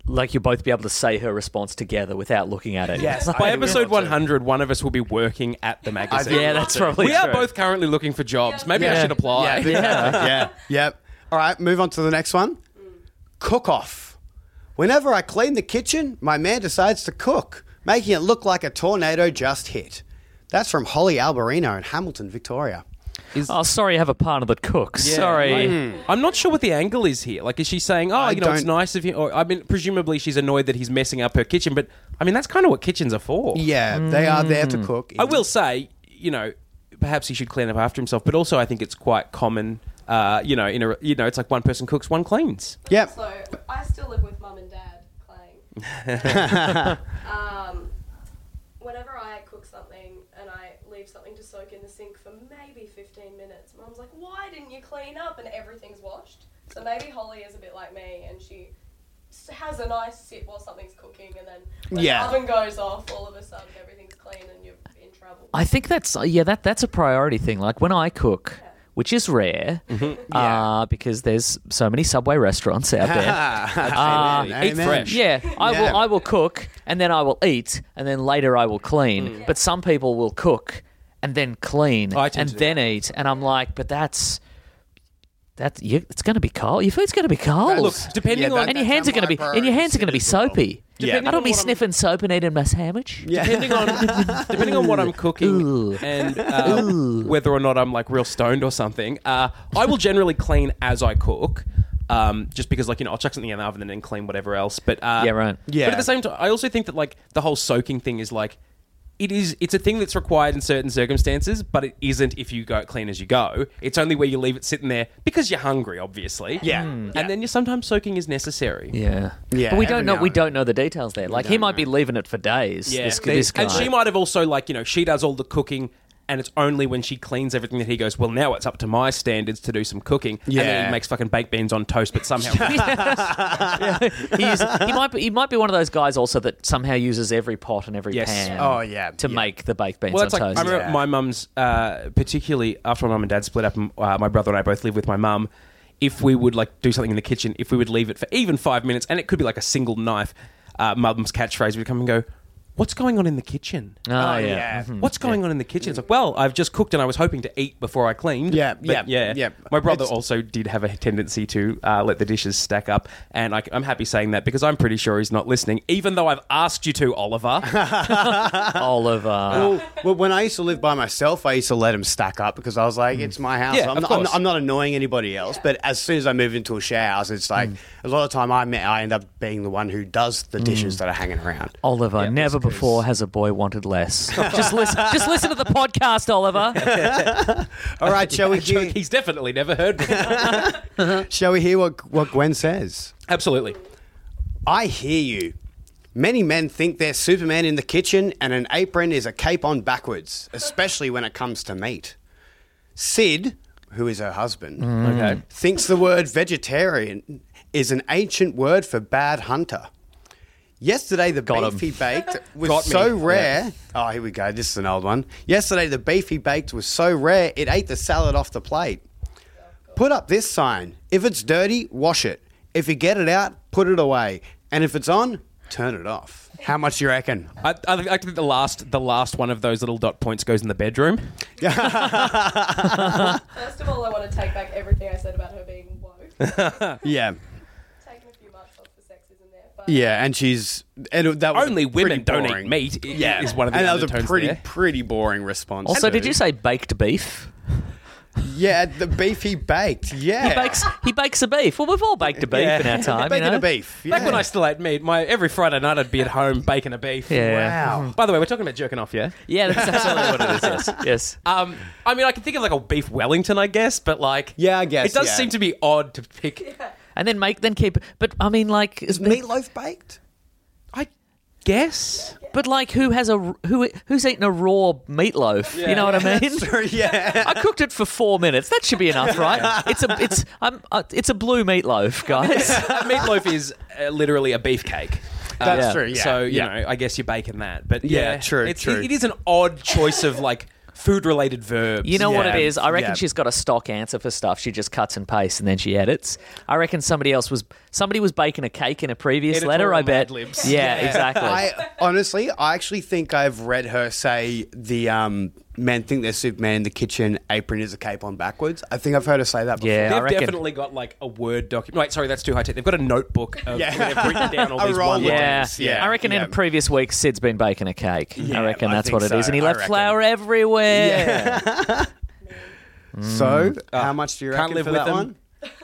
Speaker 5: like, you'll both be able to say her response together without looking at it.
Speaker 3: Yes, I
Speaker 4: By
Speaker 3: think we
Speaker 4: episode
Speaker 3: will too.
Speaker 4: 100, one of us will be working at the magazine.
Speaker 5: <laughs> Yeah, that's probably
Speaker 4: we are
Speaker 5: true.
Speaker 4: both currently looking for jobs. Maybe I
Speaker 3: Yeah.
Speaker 4: should apply. <laughs>
Speaker 3: Yeah, yeah, yeah, yep. All right, move on to the next one. Cook off. Whenever I clean the kitchen, my man decides to cook, making it look like a tornado just hit. That's from Holly Alberino in Hamilton, Victoria.
Speaker 5: Oh, sorry, I have a partner that cooks. sorry.
Speaker 4: like, I'm not sure what the angle is here. Like, is she saying, "Oh, you know, it's
Speaker 3: Hmm. don't-
Speaker 4: nice of you"? Or I mean, presumably she's annoyed that he's messing up her kitchen. But I mean, that's kind of what kitchens are for.
Speaker 3: Yeah, they are there to cook.
Speaker 4: I will say, you know, perhaps he should clean up after himself. But also, I think it's quite common. Uh, you know, in a you know, it's like one person cooks, one cleans.
Speaker 6: But
Speaker 3: Yep.
Speaker 6: Also, I still live with mum and dad, Clang.
Speaker 3: <laughs>
Speaker 6: um, whenever I cook something and I leave something to soak in the sink for maybe 15 minutes, mum's like, why didn't you clean up? And everything's washed. So maybe Holly is a bit like me and she s- has a nice sit while something's cooking and then when
Speaker 3: Yeah.
Speaker 6: the oven goes off, all of a sudden everything's clean and you're in trouble.
Speaker 5: I think that's uh, yeah that that's a priority thing. Like when I cook, which is rare,
Speaker 4: Mm-hmm.
Speaker 5: uh, because there's so many Subway restaurants out there.
Speaker 4: <laughs>
Speaker 3: Amen,
Speaker 4: eat
Speaker 3: amen.
Speaker 4: fresh.
Speaker 5: Yeah, I
Speaker 3: Yeah.
Speaker 5: will. I will cook, and then I will eat, and then later I will clean. But some people will cook and then clean
Speaker 4: Mm. I tend
Speaker 5: and
Speaker 4: to do
Speaker 5: then eat, and I'm like, but that's that. You, it's going to be cold. Your food's going to be cold.
Speaker 4: Look, depending
Speaker 3: Yeah,
Speaker 4: on
Speaker 3: that-
Speaker 5: and your
Speaker 3: that's
Speaker 5: hands are going to
Speaker 3: my
Speaker 5: be and your hands are going to be
Speaker 3: priority as well.
Speaker 5: soapy.
Speaker 4: Depending
Speaker 5: I
Speaker 4: on
Speaker 5: don't be
Speaker 4: what I'm-
Speaker 5: sniffing soap and eating my sandwich.
Speaker 4: depending
Speaker 3: <laughs>
Speaker 4: on depending on what I'm cooking
Speaker 5: Ooh.
Speaker 4: and uh, whether or not I'm like real stoned or something, uh, I will generally clean as I cook. Um, just because, like you know, I'll chuck something in the oven and then clean whatever else. But uh,
Speaker 5: Yeah, right.
Speaker 3: Yeah.
Speaker 4: But at the same time, I also think that like the whole soaking thing is like it is. It's a thing that's required in certain circumstances, but it isn't if you go clean as you go. It's only where you leave it sitting there because you're hungry, obviously. Hmm.
Speaker 3: Yeah.
Speaker 4: and then you sometimes soaking is necessary.
Speaker 5: Yeah,
Speaker 3: Yeah,
Speaker 5: But we
Speaker 3: every
Speaker 5: don't know.
Speaker 3: now
Speaker 5: We
Speaker 3: and
Speaker 5: don't know the details there. Like he might be leaving it for days.
Speaker 4: Yeah,
Speaker 5: this, this guy.
Speaker 4: and she might have also like you know she does all the cooking, and it's only when she cleans everything that he goes. Well, now it's up to my standards to do some cooking. and then
Speaker 3: Yeah.
Speaker 4: he makes fucking baked beans on toast, but somehow
Speaker 5: he, is, he might be. He might be one of those guys also that somehow uses every pot and every
Speaker 4: Yes.
Speaker 5: pan.
Speaker 3: Oh, yeah,
Speaker 5: to
Speaker 3: yeah.
Speaker 5: make the baked beans
Speaker 4: Well,
Speaker 5: on
Speaker 4: it's like
Speaker 5: toast.
Speaker 4: I remember
Speaker 3: Yeah.
Speaker 4: my mum's, uh, particularly after my mum and dad split up. m- Uh, my brother and I both live with my mum. If we would like do something in the kitchen, if we would leave it for even five minutes, and it could be like a single knife, uh, mum's catchphrase would come and go, what's going on in the kitchen?
Speaker 5: Ah,
Speaker 3: Oh,
Speaker 5: yeah.
Speaker 3: yeah.
Speaker 5: Mhm.
Speaker 4: What's going on in the kitchen? It's like, well, I've just cooked and I was hoping to eat before I cleaned.
Speaker 3: Yeah,
Speaker 4: But
Speaker 3: yeah,
Speaker 4: yeah,
Speaker 3: yeah.
Speaker 4: My brother
Speaker 3: It's-
Speaker 4: also did have a tendency to uh, let the dishes stack up, and I, am happy saying that because I'm pretty sure he's not listening, even though I've asked you to,
Speaker 3: <laughs>
Speaker 4: Oliver.
Speaker 5: <laughs> Oliver.
Speaker 3: Well, well, when I used to live by myself, I used to let them stack up because I was like, it's my house.
Speaker 4: Yeah,
Speaker 3: I'm,
Speaker 4: of
Speaker 3: not, I'm,
Speaker 4: course.
Speaker 3: I'm not annoying anybody else. But as soon as I move into a share house, it's like a lot of time I, I end up being the one who does the dishes that are hanging around.
Speaker 5: Oliver, never before has a boy wanted <laughs> less. just listen. Just listen to the podcast, <laughs> Oliver.
Speaker 3: All <laughs> right, shall we hear,
Speaker 4: he's definitely never heard. me.
Speaker 3: <laughs> shall we hear what, what Gwen says?
Speaker 4: Absolutely.
Speaker 3: I hear you. Many men think they're Superman in the kitchen and an apron is a cape on backwards, especially when it comes to meat. Sid, who is her husband,
Speaker 4: Mm. Okay.
Speaker 3: thinks the word vegetarian is an ancient word for bad hunter. Yesterday, the beef he
Speaker 4: <laughs>
Speaker 3: baked was
Speaker 4: Got me.
Speaker 3: so rare. Oh, here we go. This is an old one. Yesterday, the beef he baked was so rare it ate the salad off the plate. Put up this sign. If it's dirty, wash it. If you get it out, put it away. And if it's on, turn it off. How much you reckon?
Speaker 4: I, I think- I think the last, the last one of those little dot points goes in the
Speaker 3: <laughs>
Speaker 4: bedroom.
Speaker 6: First of all, I want to take back everything I said about her being
Speaker 3: <laughs>
Speaker 6: woke. Taking
Speaker 3: Yeah.
Speaker 6: a few marks off for sexism there. But
Speaker 3: Yeah, and she's and that was
Speaker 4: Only women
Speaker 3: pretty
Speaker 4: don't
Speaker 3: boring.
Speaker 4: eat meat. i- is one of the
Speaker 3: and that was a
Speaker 4: undertones
Speaker 3: pretty
Speaker 4: there.
Speaker 3: pretty boring response.
Speaker 5: also, did
Speaker 3: too.
Speaker 5: you say baked beef?
Speaker 3: <laughs> Yeah, the beef he baked. Yeah,
Speaker 5: He bakes. He bakes a beef. Well, we've all <laughs> baked a beef
Speaker 4: Yeah.
Speaker 5: in our time.
Speaker 3: baking
Speaker 5: you know?
Speaker 3: a beef.
Speaker 4: Back when
Speaker 3: yeah.
Speaker 4: I still ate meat, my every Friday night I'd be at home baking a beef.
Speaker 5: Yeah.
Speaker 3: wow.
Speaker 4: By the way, we're talking about jerking off, yeah?
Speaker 5: Yeah, that's absolutely what it is. <laughs> Yes. yes.
Speaker 4: Um, I mean, I can think of like a beef Wellington, I guess, but like,
Speaker 3: Yeah, I guess,
Speaker 4: it does
Speaker 3: yeah.
Speaker 4: seem to be odd to pick.
Speaker 5: And then make. Then keep. But I mean, like,
Speaker 3: Is meatloaf baked?
Speaker 4: I guess
Speaker 5: but like, who has a who? Who's eaten a raw meatloaf? You know what I
Speaker 3: <laughs>
Speaker 5: mean?
Speaker 3: yeah.
Speaker 5: <laughs> I cooked it for four minutes. That should be enough, right? It's a it's I'm, uh, it's a blue meatloaf,
Speaker 3: <laughs>
Speaker 5: guys.
Speaker 4: a meatloaf is uh, literally a beefcake. Um,
Speaker 3: That's
Speaker 5: Yeah.
Speaker 3: true. Yeah.
Speaker 4: So you
Speaker 3: yeah.
Speaker 4: know, I guess you're baking that, but yeah,
Speaker 3: Yeah, true,
Speaker 4: It's,
Speaker 3: true.
Speaker 4: It, it is an odd choice of like food-related verbs.
Speaker 5: You know what
Speaker 3: Yeah,
Speaker 5: it is? I reckon
Speaker 3: yeah.
Speaker 5: she's got a stock answer for stuff. She just cuts and pastes and then she edits. I reckon somebody else was somebody was baking a cake in a previous letter. I
Speaker 4: Editorial
Speaker 5: bet.
Speaker 4: Mad Libs.
Speaker 5: Yeah,
Speaker 4: Yeah.
Speaker 5: exactly.
Speaker 3: I honestly, I actually think I've read her say the um, men think they're Superman in the kitchen. Apron is a cape on backwards. I think I've heard her say that. before.
Speaker 5: Yeah.
Speaker 4: They've
Speaker 5: I reckon-
Speaker 4: definitely got like a word document. Wait, sorry, that's too high tech. They've got a notebook of
Speaker 3: Yeah.
Speaker 4: where they've written down all
Speaker 3: <laughs> A
Speaker 4: these
Speaker 3: roll
Speaker 4: one
Speaker 3: of
Speaker 5: yeah.
Speaker 3: Libs, yeah,
Speaker 5: I reckon in
Speaker 3: yeah.
Speaker 5: a previous week, Sid's been baking a cake.
Speaker 3: Yeah,
Speaker 5: I reckon
Speaker 3: I
Speaker 5: that's
Speaker 3: think
Speaker 5: what it is,
Speaker 3: so.
Speaker 5: and he
Speaker 3: I
Speaker 5: left
Speaker 3: reckon.
Speaker 5: flour everywhere.
Speaker 3: So,
Speaker 5: Mm.
Speaker 3: how much do you reckon
Speaker 4: Ah, Can't live
Speaker 3: for
Speaker 4: with
Speaker 3: that
Speaker 4: them.
Speaker 3: one?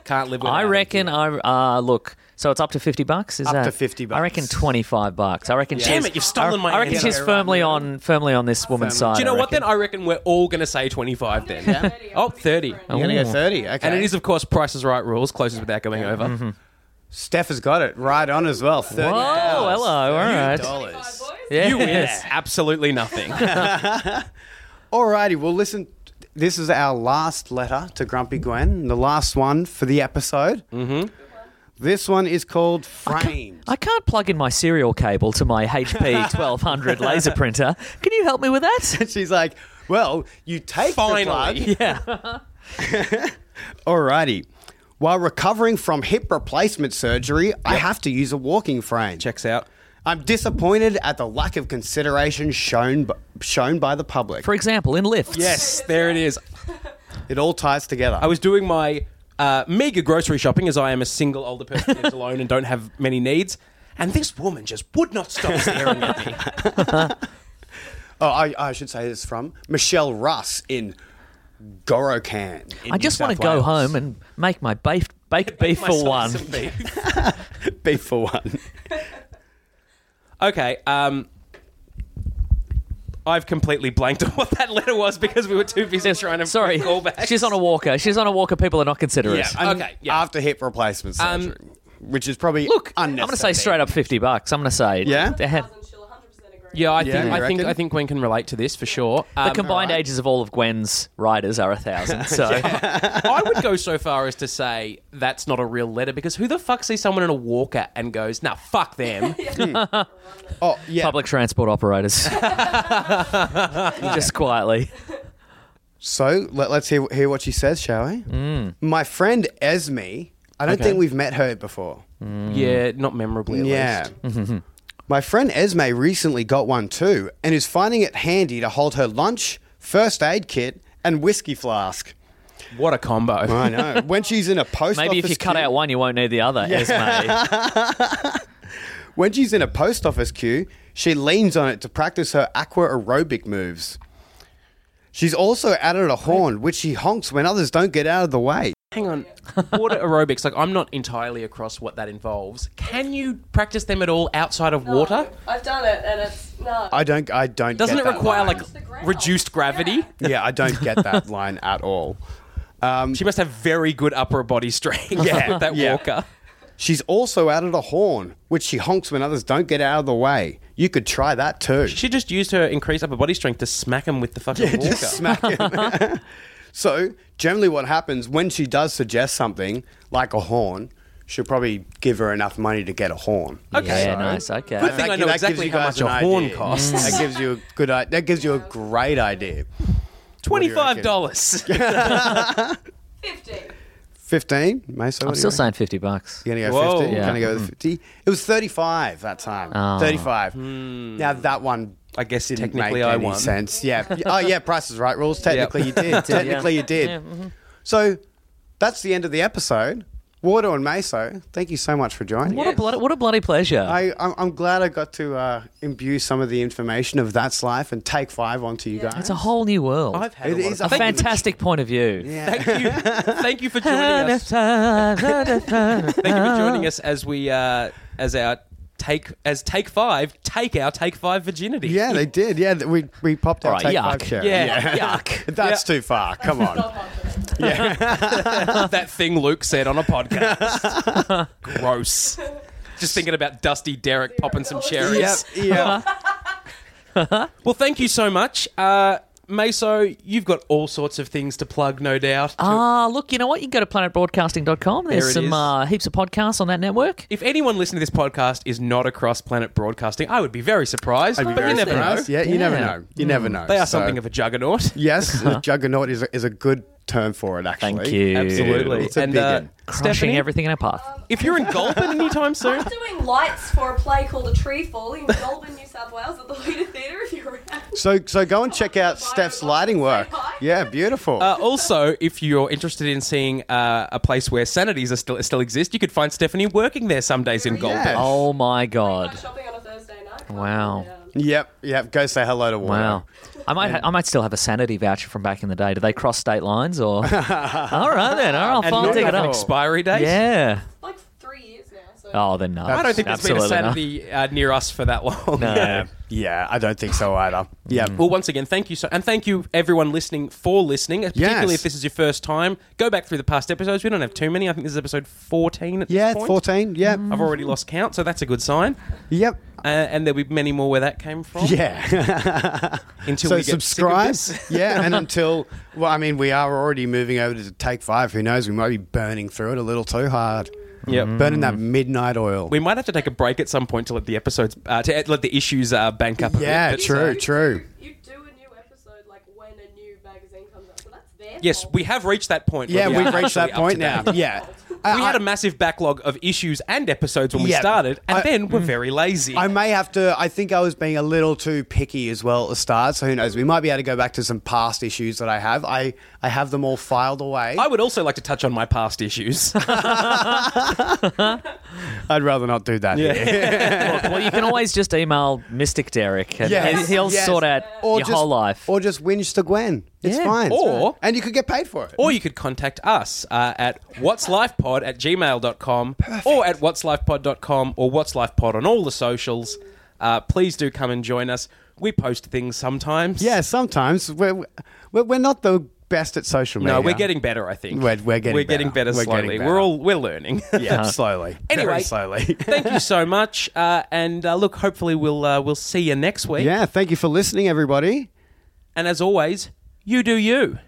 Speaker 4: Can't live with.
Speaker 5: I
Speaker 4: them.
Speaker 5: reckon. I uh, look. So it's up to fifty bucks. Is
Speaker 3: Up
Speaker 5: that
Speaker 3: to 50 bucks.
Speaker 5: I reckon twenty-five bucks. I reckon.
Speaker 4: Damn
Speaker 5: she's,
Speaker 4: it, you've stolen
Speaker 5: I,
Speaker 4: my
Speaker 5: I reckon
Speaker 4: answer.
Speaker 5: she's firmly on firmly on this woman's side.
Speaker 3: Firmly.
Speaker 4: Do you know
Speaker 5: I
Speaker 4: what?
Speaker 5: reckon.
Speaker 4: Then I reckon we're all going to say twenty-five. Then oh, 30.
Speaker 6: Different.
Speaker 5: Oh.
Speaker 3: You're gonna go
Speaker 5: Ooh.
Speaker 3: thirty. Okay.
Speaker 4: And it is, of course, Price is Right rules, closest without going over.
Speaker 5: Mm-hmm.
Speaker 3: Steph has got it right on as well. Thirty.
Speaker 5: Whoa, Oh, hello, all right.
Speaker 6: Five
Speaker 3: Dollars.
Speaker 6: boys?
Speaker 5: Yeah.
Speaker 4: You win
Speaker 5: Yes.
Speaker 4: absolutely
Speaker 3: <laughs>
Speaker 4: nothing.
Speaker 3: Alrighty, well, listen. This is our last letter to Grumpy Gwen, the last one for the episode. Mm-hmm. This one is called Framed.
Speaker 5: <laughs> I can't plug in my serial cable
Speaker 4: <laughs>
Speaker 5: to my HP 1200 laser printer. Can you help me with that? <laughs>
Speaker 3: <laughs> She's like, well, you take the plug.
Speaker 4: Finally.
Speaker 5: Yeah.
Speaker 3: <laughs> Alrighty. While recovering from hip replacement surgery, I have to use a walking frame.
Speaker 4: Checks out.
Speaker 3: I'm disappointed at the lack of consideration shown b- shown by the public.
Speaker 5: For example, in lifts.
Speaker 4: Yes, there it is.
Speaker 3: It all ties together.
Speaker 4: I was doing my uh, mega grocery shopping as I am a single older person who lives alone and don't have many needs. And this woman just would not stop staring at me.
Speaker 3: oh, I, I should say this from Michelle Russ in Gorokan. in
Speaker 5: I
Speaker 3: New
Speaker 5: just want
Speaker 3: South
Speaker 5: to go
Speaker 3: Wales.
Speaker 5: home and make my baked, baked beef for
Speaker 4: Myself
Speaker 5: one.
Speaker 4: some beef.
Speaker 3: Be for
Speaker 5: <laughs>
Speaker 3: one.
Speaker 4: Okay. Um, I've completely blanked on what that letter was because we were too busy trying <laughs> to
Speaker 5: Sorry.
Speaker 4: call back.
Speaker 5: She's on a walker. She's on a walker. People are not considerate.
Speaker 3: Yeah, and
Speaker 4: Okay, yeah.
Speaker 3: After hip replacement
Speaker 4: Um,
Speaker 3: surgery, which is probably
Speaker 5: Look, I'm
Speaker 3: unnecessary.
Speaker 5: going to say straight up 50 bucks. I'm going to say.
Speaker 3: Yeah?
Speaker 5: They had-
Speaker 6: Thousand, she'll 100% agree.
Speaker 4: Yeah, I
Speaker 3: Yeah,
Speaker 4: think
Speaker 3: you
Speaker 4: I think
Speaker 3: reckon?
Speaker 4: I think Gwen can relate to this for sure.
Speaker 3: <laughs>
Speaker 5: the
Speaker 4: Um,
Speaker 5: combined
Speaker 3: alright.
Speaker 5: ages of all of Gwen's riders are a <laughs> thousand. So
Speaker 4: I would go so far as to say that's not a real letter because who the fuck sees someone in a walker and goes, "Nah, fuck <laughs> them."
Speaker 3: Oh yeah.
Speaker 5: public transport <laughs> operators, just quietly.
Speaker 3: So let, us hear hear what she says, shall we? My friend Esme. I don't
Speaker 4: Okay.
Speaker 3: think we've met her before.
Speaker 4: Yeah, not memorably. At
Speaker 3: yeah. My friend Esme recently got one too and is finding it handy to hold her lunch, first aid kit, and whiskey flask.
Speaker 4: What a combo.
Speaker 3: I know. when she's in a post
Speaker 5: Maybe if
Speaker 3: office
Speaker 5: you cut
Speaker 3: queue-
Speaker 5: out one, you won't need the other. Esme.
Speaker 3: When she's in a post office queue, she leans on it to practice her aqua aerobic moves. She's also added a horn, which she honks when others don't get out of the way.
Speaker 4: Hang on. Water aerobics, like, I'm not entirely across what that involves. Can you practice them at all outside of water?
Speaker 6: I've done it, and it's no.
Speaker 3: I don't. I don't.
Speaker 4: Doesn't
Speaker 3: get
Speaker 4: it
Speaker 3: that
Speaker 4: require,
Speaker 3: line.
Speaker 4: like,
Speaker 6: the ground.
Speaker 4: reduced gravity?
Speaker 3: Yeah, I don't
Speaker 4: <laughs>
Speaker 3: get that line at all.
Speaker 4: She must have very good upper body strength <laughs> with that
Speaker 3: yeah.
Speaker 4: walker.
Speaker 3: She's also added a horn, which she honks when others don't get out of the way. You could try that too. <laughs>
Speaker 4: She just used her increased upper body strength to smack him with the fucking walker.
Speaker 3: Just smack him. <laughs> so generally, what happens when she does suggest something like a horn, she'll probably give her enough money to get a horn.
Speaker 4: Okay.
Speaker 5: Yeah, nice. <laughs> Okay.
Speaker 4: Good thing I know exactly how much a horn costs.
Speaker 3: That gives you a good. i- That gives you a great idea.
Speaker 4: Twenty-five
Speaker 3: <laughs>
Speaker 4: dollars.
Speaker 6: Fifteen.
Speaker 3: Fifteen, Mason.
Speaker 5: I'm still saying 50 bucks.
Speaker 3: You're gonna go
Speaker 4: Whoa.
Speaker 3: fifty.
Speaker 5: Yeah.
Speaker 3: Gonna go with fifty. It was thirty-five that time.
Speaker 5: Oh.
Speaker 3: Thirty-five.
Speaker 4: Hmm.
Speaker 3: Now that one,
Speaker 4: I guess
Speaker 3: didn't
Speaker 4: technically
Speaker 3: make
Speaker 4: I
Speaker 3: any
Speaker 4: won.
Speaker 3: sense. Yeah. Oh yeah, Price is Right rules. Technically you did. Technically you did.
Speaker 5: Yeah, mhm.
Speaker 3: So that's the end of the episode. Wardo and Meso, thank you so much for joining.
Speaker 5: What a bloody, what a bloody pleasure.
Speaker 3: I, I'm, I'm glad I got to uh, imbue some of the information of That's Life and Take Five onto you guys.
Speaker 5: it's a whole new world.
Speaker 4: I've had
Speaker 3: It
Speaker 4: a lot
Speaker 3: is
Speaker 5: a
Speaker 4: of
Speaker 3: Thank you.
Speaker 5: fantastic point of view. Yeah.
Speaker 4: Thank you, thank you for joining us. Thank you for joining us as we uh, as our take as take five take our take five virginity.
Speaker 3: Yeah, they did. Yeah, th- we, we popped out
Speaker 5: All right,
Speaker 3: Take
Speaker 5: yuck.
Speaker 3: Five share.
Speaker 4: yeah, yuck.
Speaker 3: <laughs> That's too far. Come
Speaker 6: <laughs>
Speaker 3: on.
Speaker 4: that thing Luke said on a podcast. <laughs> Gross. Just thinking about Dusty Derek popping some cherries.
Speaker 3: Yep, yep.
Speaker 4: Well, thank you so much. Uh, Meso, you've got all sorts of things to plug, no doubt.
Speaker 5: Ah, look, you know what? You can go to planetbroadcasting.com. There's
Speaker 4: There it
Speaker 5: some
Speaker 4: is.
Speaker 5: Uh, heaps of podcasts on that network.
Speaker 4: if anyone listening to this podcast is not across Planet Broadcasting, I would be very surprised.
Speaker 3: I'd be
Speaker 4: but
Speaker 3: very
Speaker 4: you never
Speaker 3: surprised.
Speaker 4: know.
Speaker 3: Yeah, you never
Speaker 5: Yeah.
Speaker 3: know. You never know.
Speaker 4: They are
Speaker 3: So-
Speaker 4: something of a juggernaut.
Speaker 3: <laughs>
Speaker 4: <laughs>
Speaker 3: Yes, juggernaut is a, is a good term for it, actually.
Speaker 5: Thank you.
Speaker 4: Absolutely.
Speaker 3: It's a
Speaker 4: and
Speaker 3: big
Speaker 4: uh,
Speaker 3: un.
Speaker 5: Crushing
Speaker 4: Stephanie,
Speaker 5: everything in our path.
Speaker 4: if you're in Goulburn anytime soon,
Speaker 3: <laughs>
Speaker 6: I'm doing lights for a play called A Tree Fall in Goulburn, New South Wales at the Leader Theatre if you're around.
Speaker 3: So, so go and check out
Speaker 6: Bio
Speaker 3: Steph's
Speaker 6: box,
Speaker 3: lighting work.
Speaker 6: say hi.
Speaker 3: Yeah, beautiful.
Speaker 4: Uh, also, if you're interested in seeing uh, a place where sanities are still still exist, you could find Stephanie working there some days in Goulburn.
Speaker 3: Yeah.
Speaker 5: Oh my
Speaker 6: Night
Speaker 5: god!
Speaker 6: Shopping on a Thursday night.
Speaker 5: Wow.
Speaker 3: yep, yep. Go say hello to Warner.
Speaker 5: Wow, I might ha- I might still have a sanity voucher from back in the day. Do they cross state
Speaker 4: <laughs>
Speaker 5: lines or? all right then, all right,
Speaker 4: And
Speaker 5: I'll
Speaker 4: not
Speaker 5: I'll dig
Speaker 4: have
Speaker 5: it
Speaker 4: an
Speaker 5: up.
Speaker 4: expiry date.
Speaker 5: Yeah.
Speaker 6: Like three years now. So.
Speaker 5: Oh, then no.
Speaker 4: I don't think there's been a
Speaker 5: Absolutely not.
Speaker 4: sanity uh, near us for that <laughs> long.
Speaker 5: No.
Speaker 3: Yeah, I don't think so
Speaker 4: Mm.
Speaker 3: either. Yeah.
Speaker 4: Well, once again, thank you so, and thank you everyone listening for listening. uh, Particularly
Speaker 3: Yes.
Speaker 4: if this is your first time, go back through the past episodes. We don't have too many. I think this is episode fourteen at
Speaker 3: Yeah,
Speaker 4: this point. Mm.
Speaker 3: 14. Yeah.
Speaker 4: I've already lost count, so that's a good sign.
Speaker 3: Yep.
Speaker 4: Uh, and there'll be many more where that came from.
Speaker 3: Yeah.
Speaker 4: Oh. <laughs> Until
Speaker 3: so
Speaker 4: we get sick of
Speaker 3: subscribe.
Speaker 4: this.
Speaker 3: <laughs>
Speaker 4: <laughs>
Speaker 3: yeah, and until well, I mean, we are already moving over to Take Five. Who knows? We might be burning through it a little too hard.
Speaker 4: Yep.
Speaker 3: Burning that midnight oil.
Speaker 4: We might have to take a break at some point to let the episodes uh, to let the issues uh, bank up. A
Speaker 3: Yeah,
Speaker 4: bit, but,
Speaker 3: true,
Speaker 4: uh,
Speaker 6: do-
Speaker 3: true.
Speaker 6: You do a new episode like when a new magazine comes out, so that's their
Speaker 4: yes,
Speaker 6: fault.
Speaker 4: we have reached that point. where
Speaker 3: yeah,
Speaker 4: we are
Speaker 3: we've reached
Speaker 4: actually
Speaker 3: that
Speaker 4: up
Speaker 3: point
Speaker 4: to date.
Speaker 3: now. Yeah.
Speaker 4: We had a massive backlog of issues and episodes when we
Speaker 3: Yeah.
Speaker 4: started, and
Speaker 3: I- mm.
Speaker 4: then we're very lazy.
Speaker 3: I may have to. I think I was being a little too picky as well at the start. So who knows? We might be able to go back to some past issues that I have. I I have them all filed away.
Speaker 4: I would also like to touch on my past
Speaker 3: <laughs>
Speaker 4: issues.
Speaker 3: I'd rather not do that. here. <laughs>
Speaker 5: Look, well, you can always just email Mystic Derek, and
Speaker 3: Yes.
Speaker 5: and he'll
Speaker 3: Yes.
Speaker 5: sort out your
Speaker 3: or just,
Speaker 5: whole life.
Speaker 3: Or just whinge to Gwen. It's
Speaker 5: Yeah.
Speaker 3: fine.
Speaker 4: Or-
Speaker 3: and you could get paid for it.
Speaker 4: or you could contact us uh, at whatslifepod at gmail.com or at whatslifepod.com or whatslifepod on all the socials. Uh, please do come and join us. We post things sometimes.
Speaker 3: yeah, sometimes we're, we're we're not the best at social media.
Speaker 4: No, we're getting <laughs> better, I think.
Speaker 3: We're- we're getting
Speaker 4: we're getting
Speaker 3: better.
Speaker 4: better
Speaker 3: We're
Speaker 4: slowly.
Speaker 3: getting
Speaker 4: We're
Speaker 3: better.
Speaker 4: all we're
Speaker 3: <laughs>
Speaker 4: learning.
Speaker 3: yeah slowly.
Speaker 4: Anyway.
Speaker 3: Very <laughs> slowly.
Speaker 4: Thank you so much, uh, and uh, look, hopefully we'll uh, we'll see you next week.
Speaker 3: yeah, thank you for listening, everybody.
Speaker 4: And as always, you do you.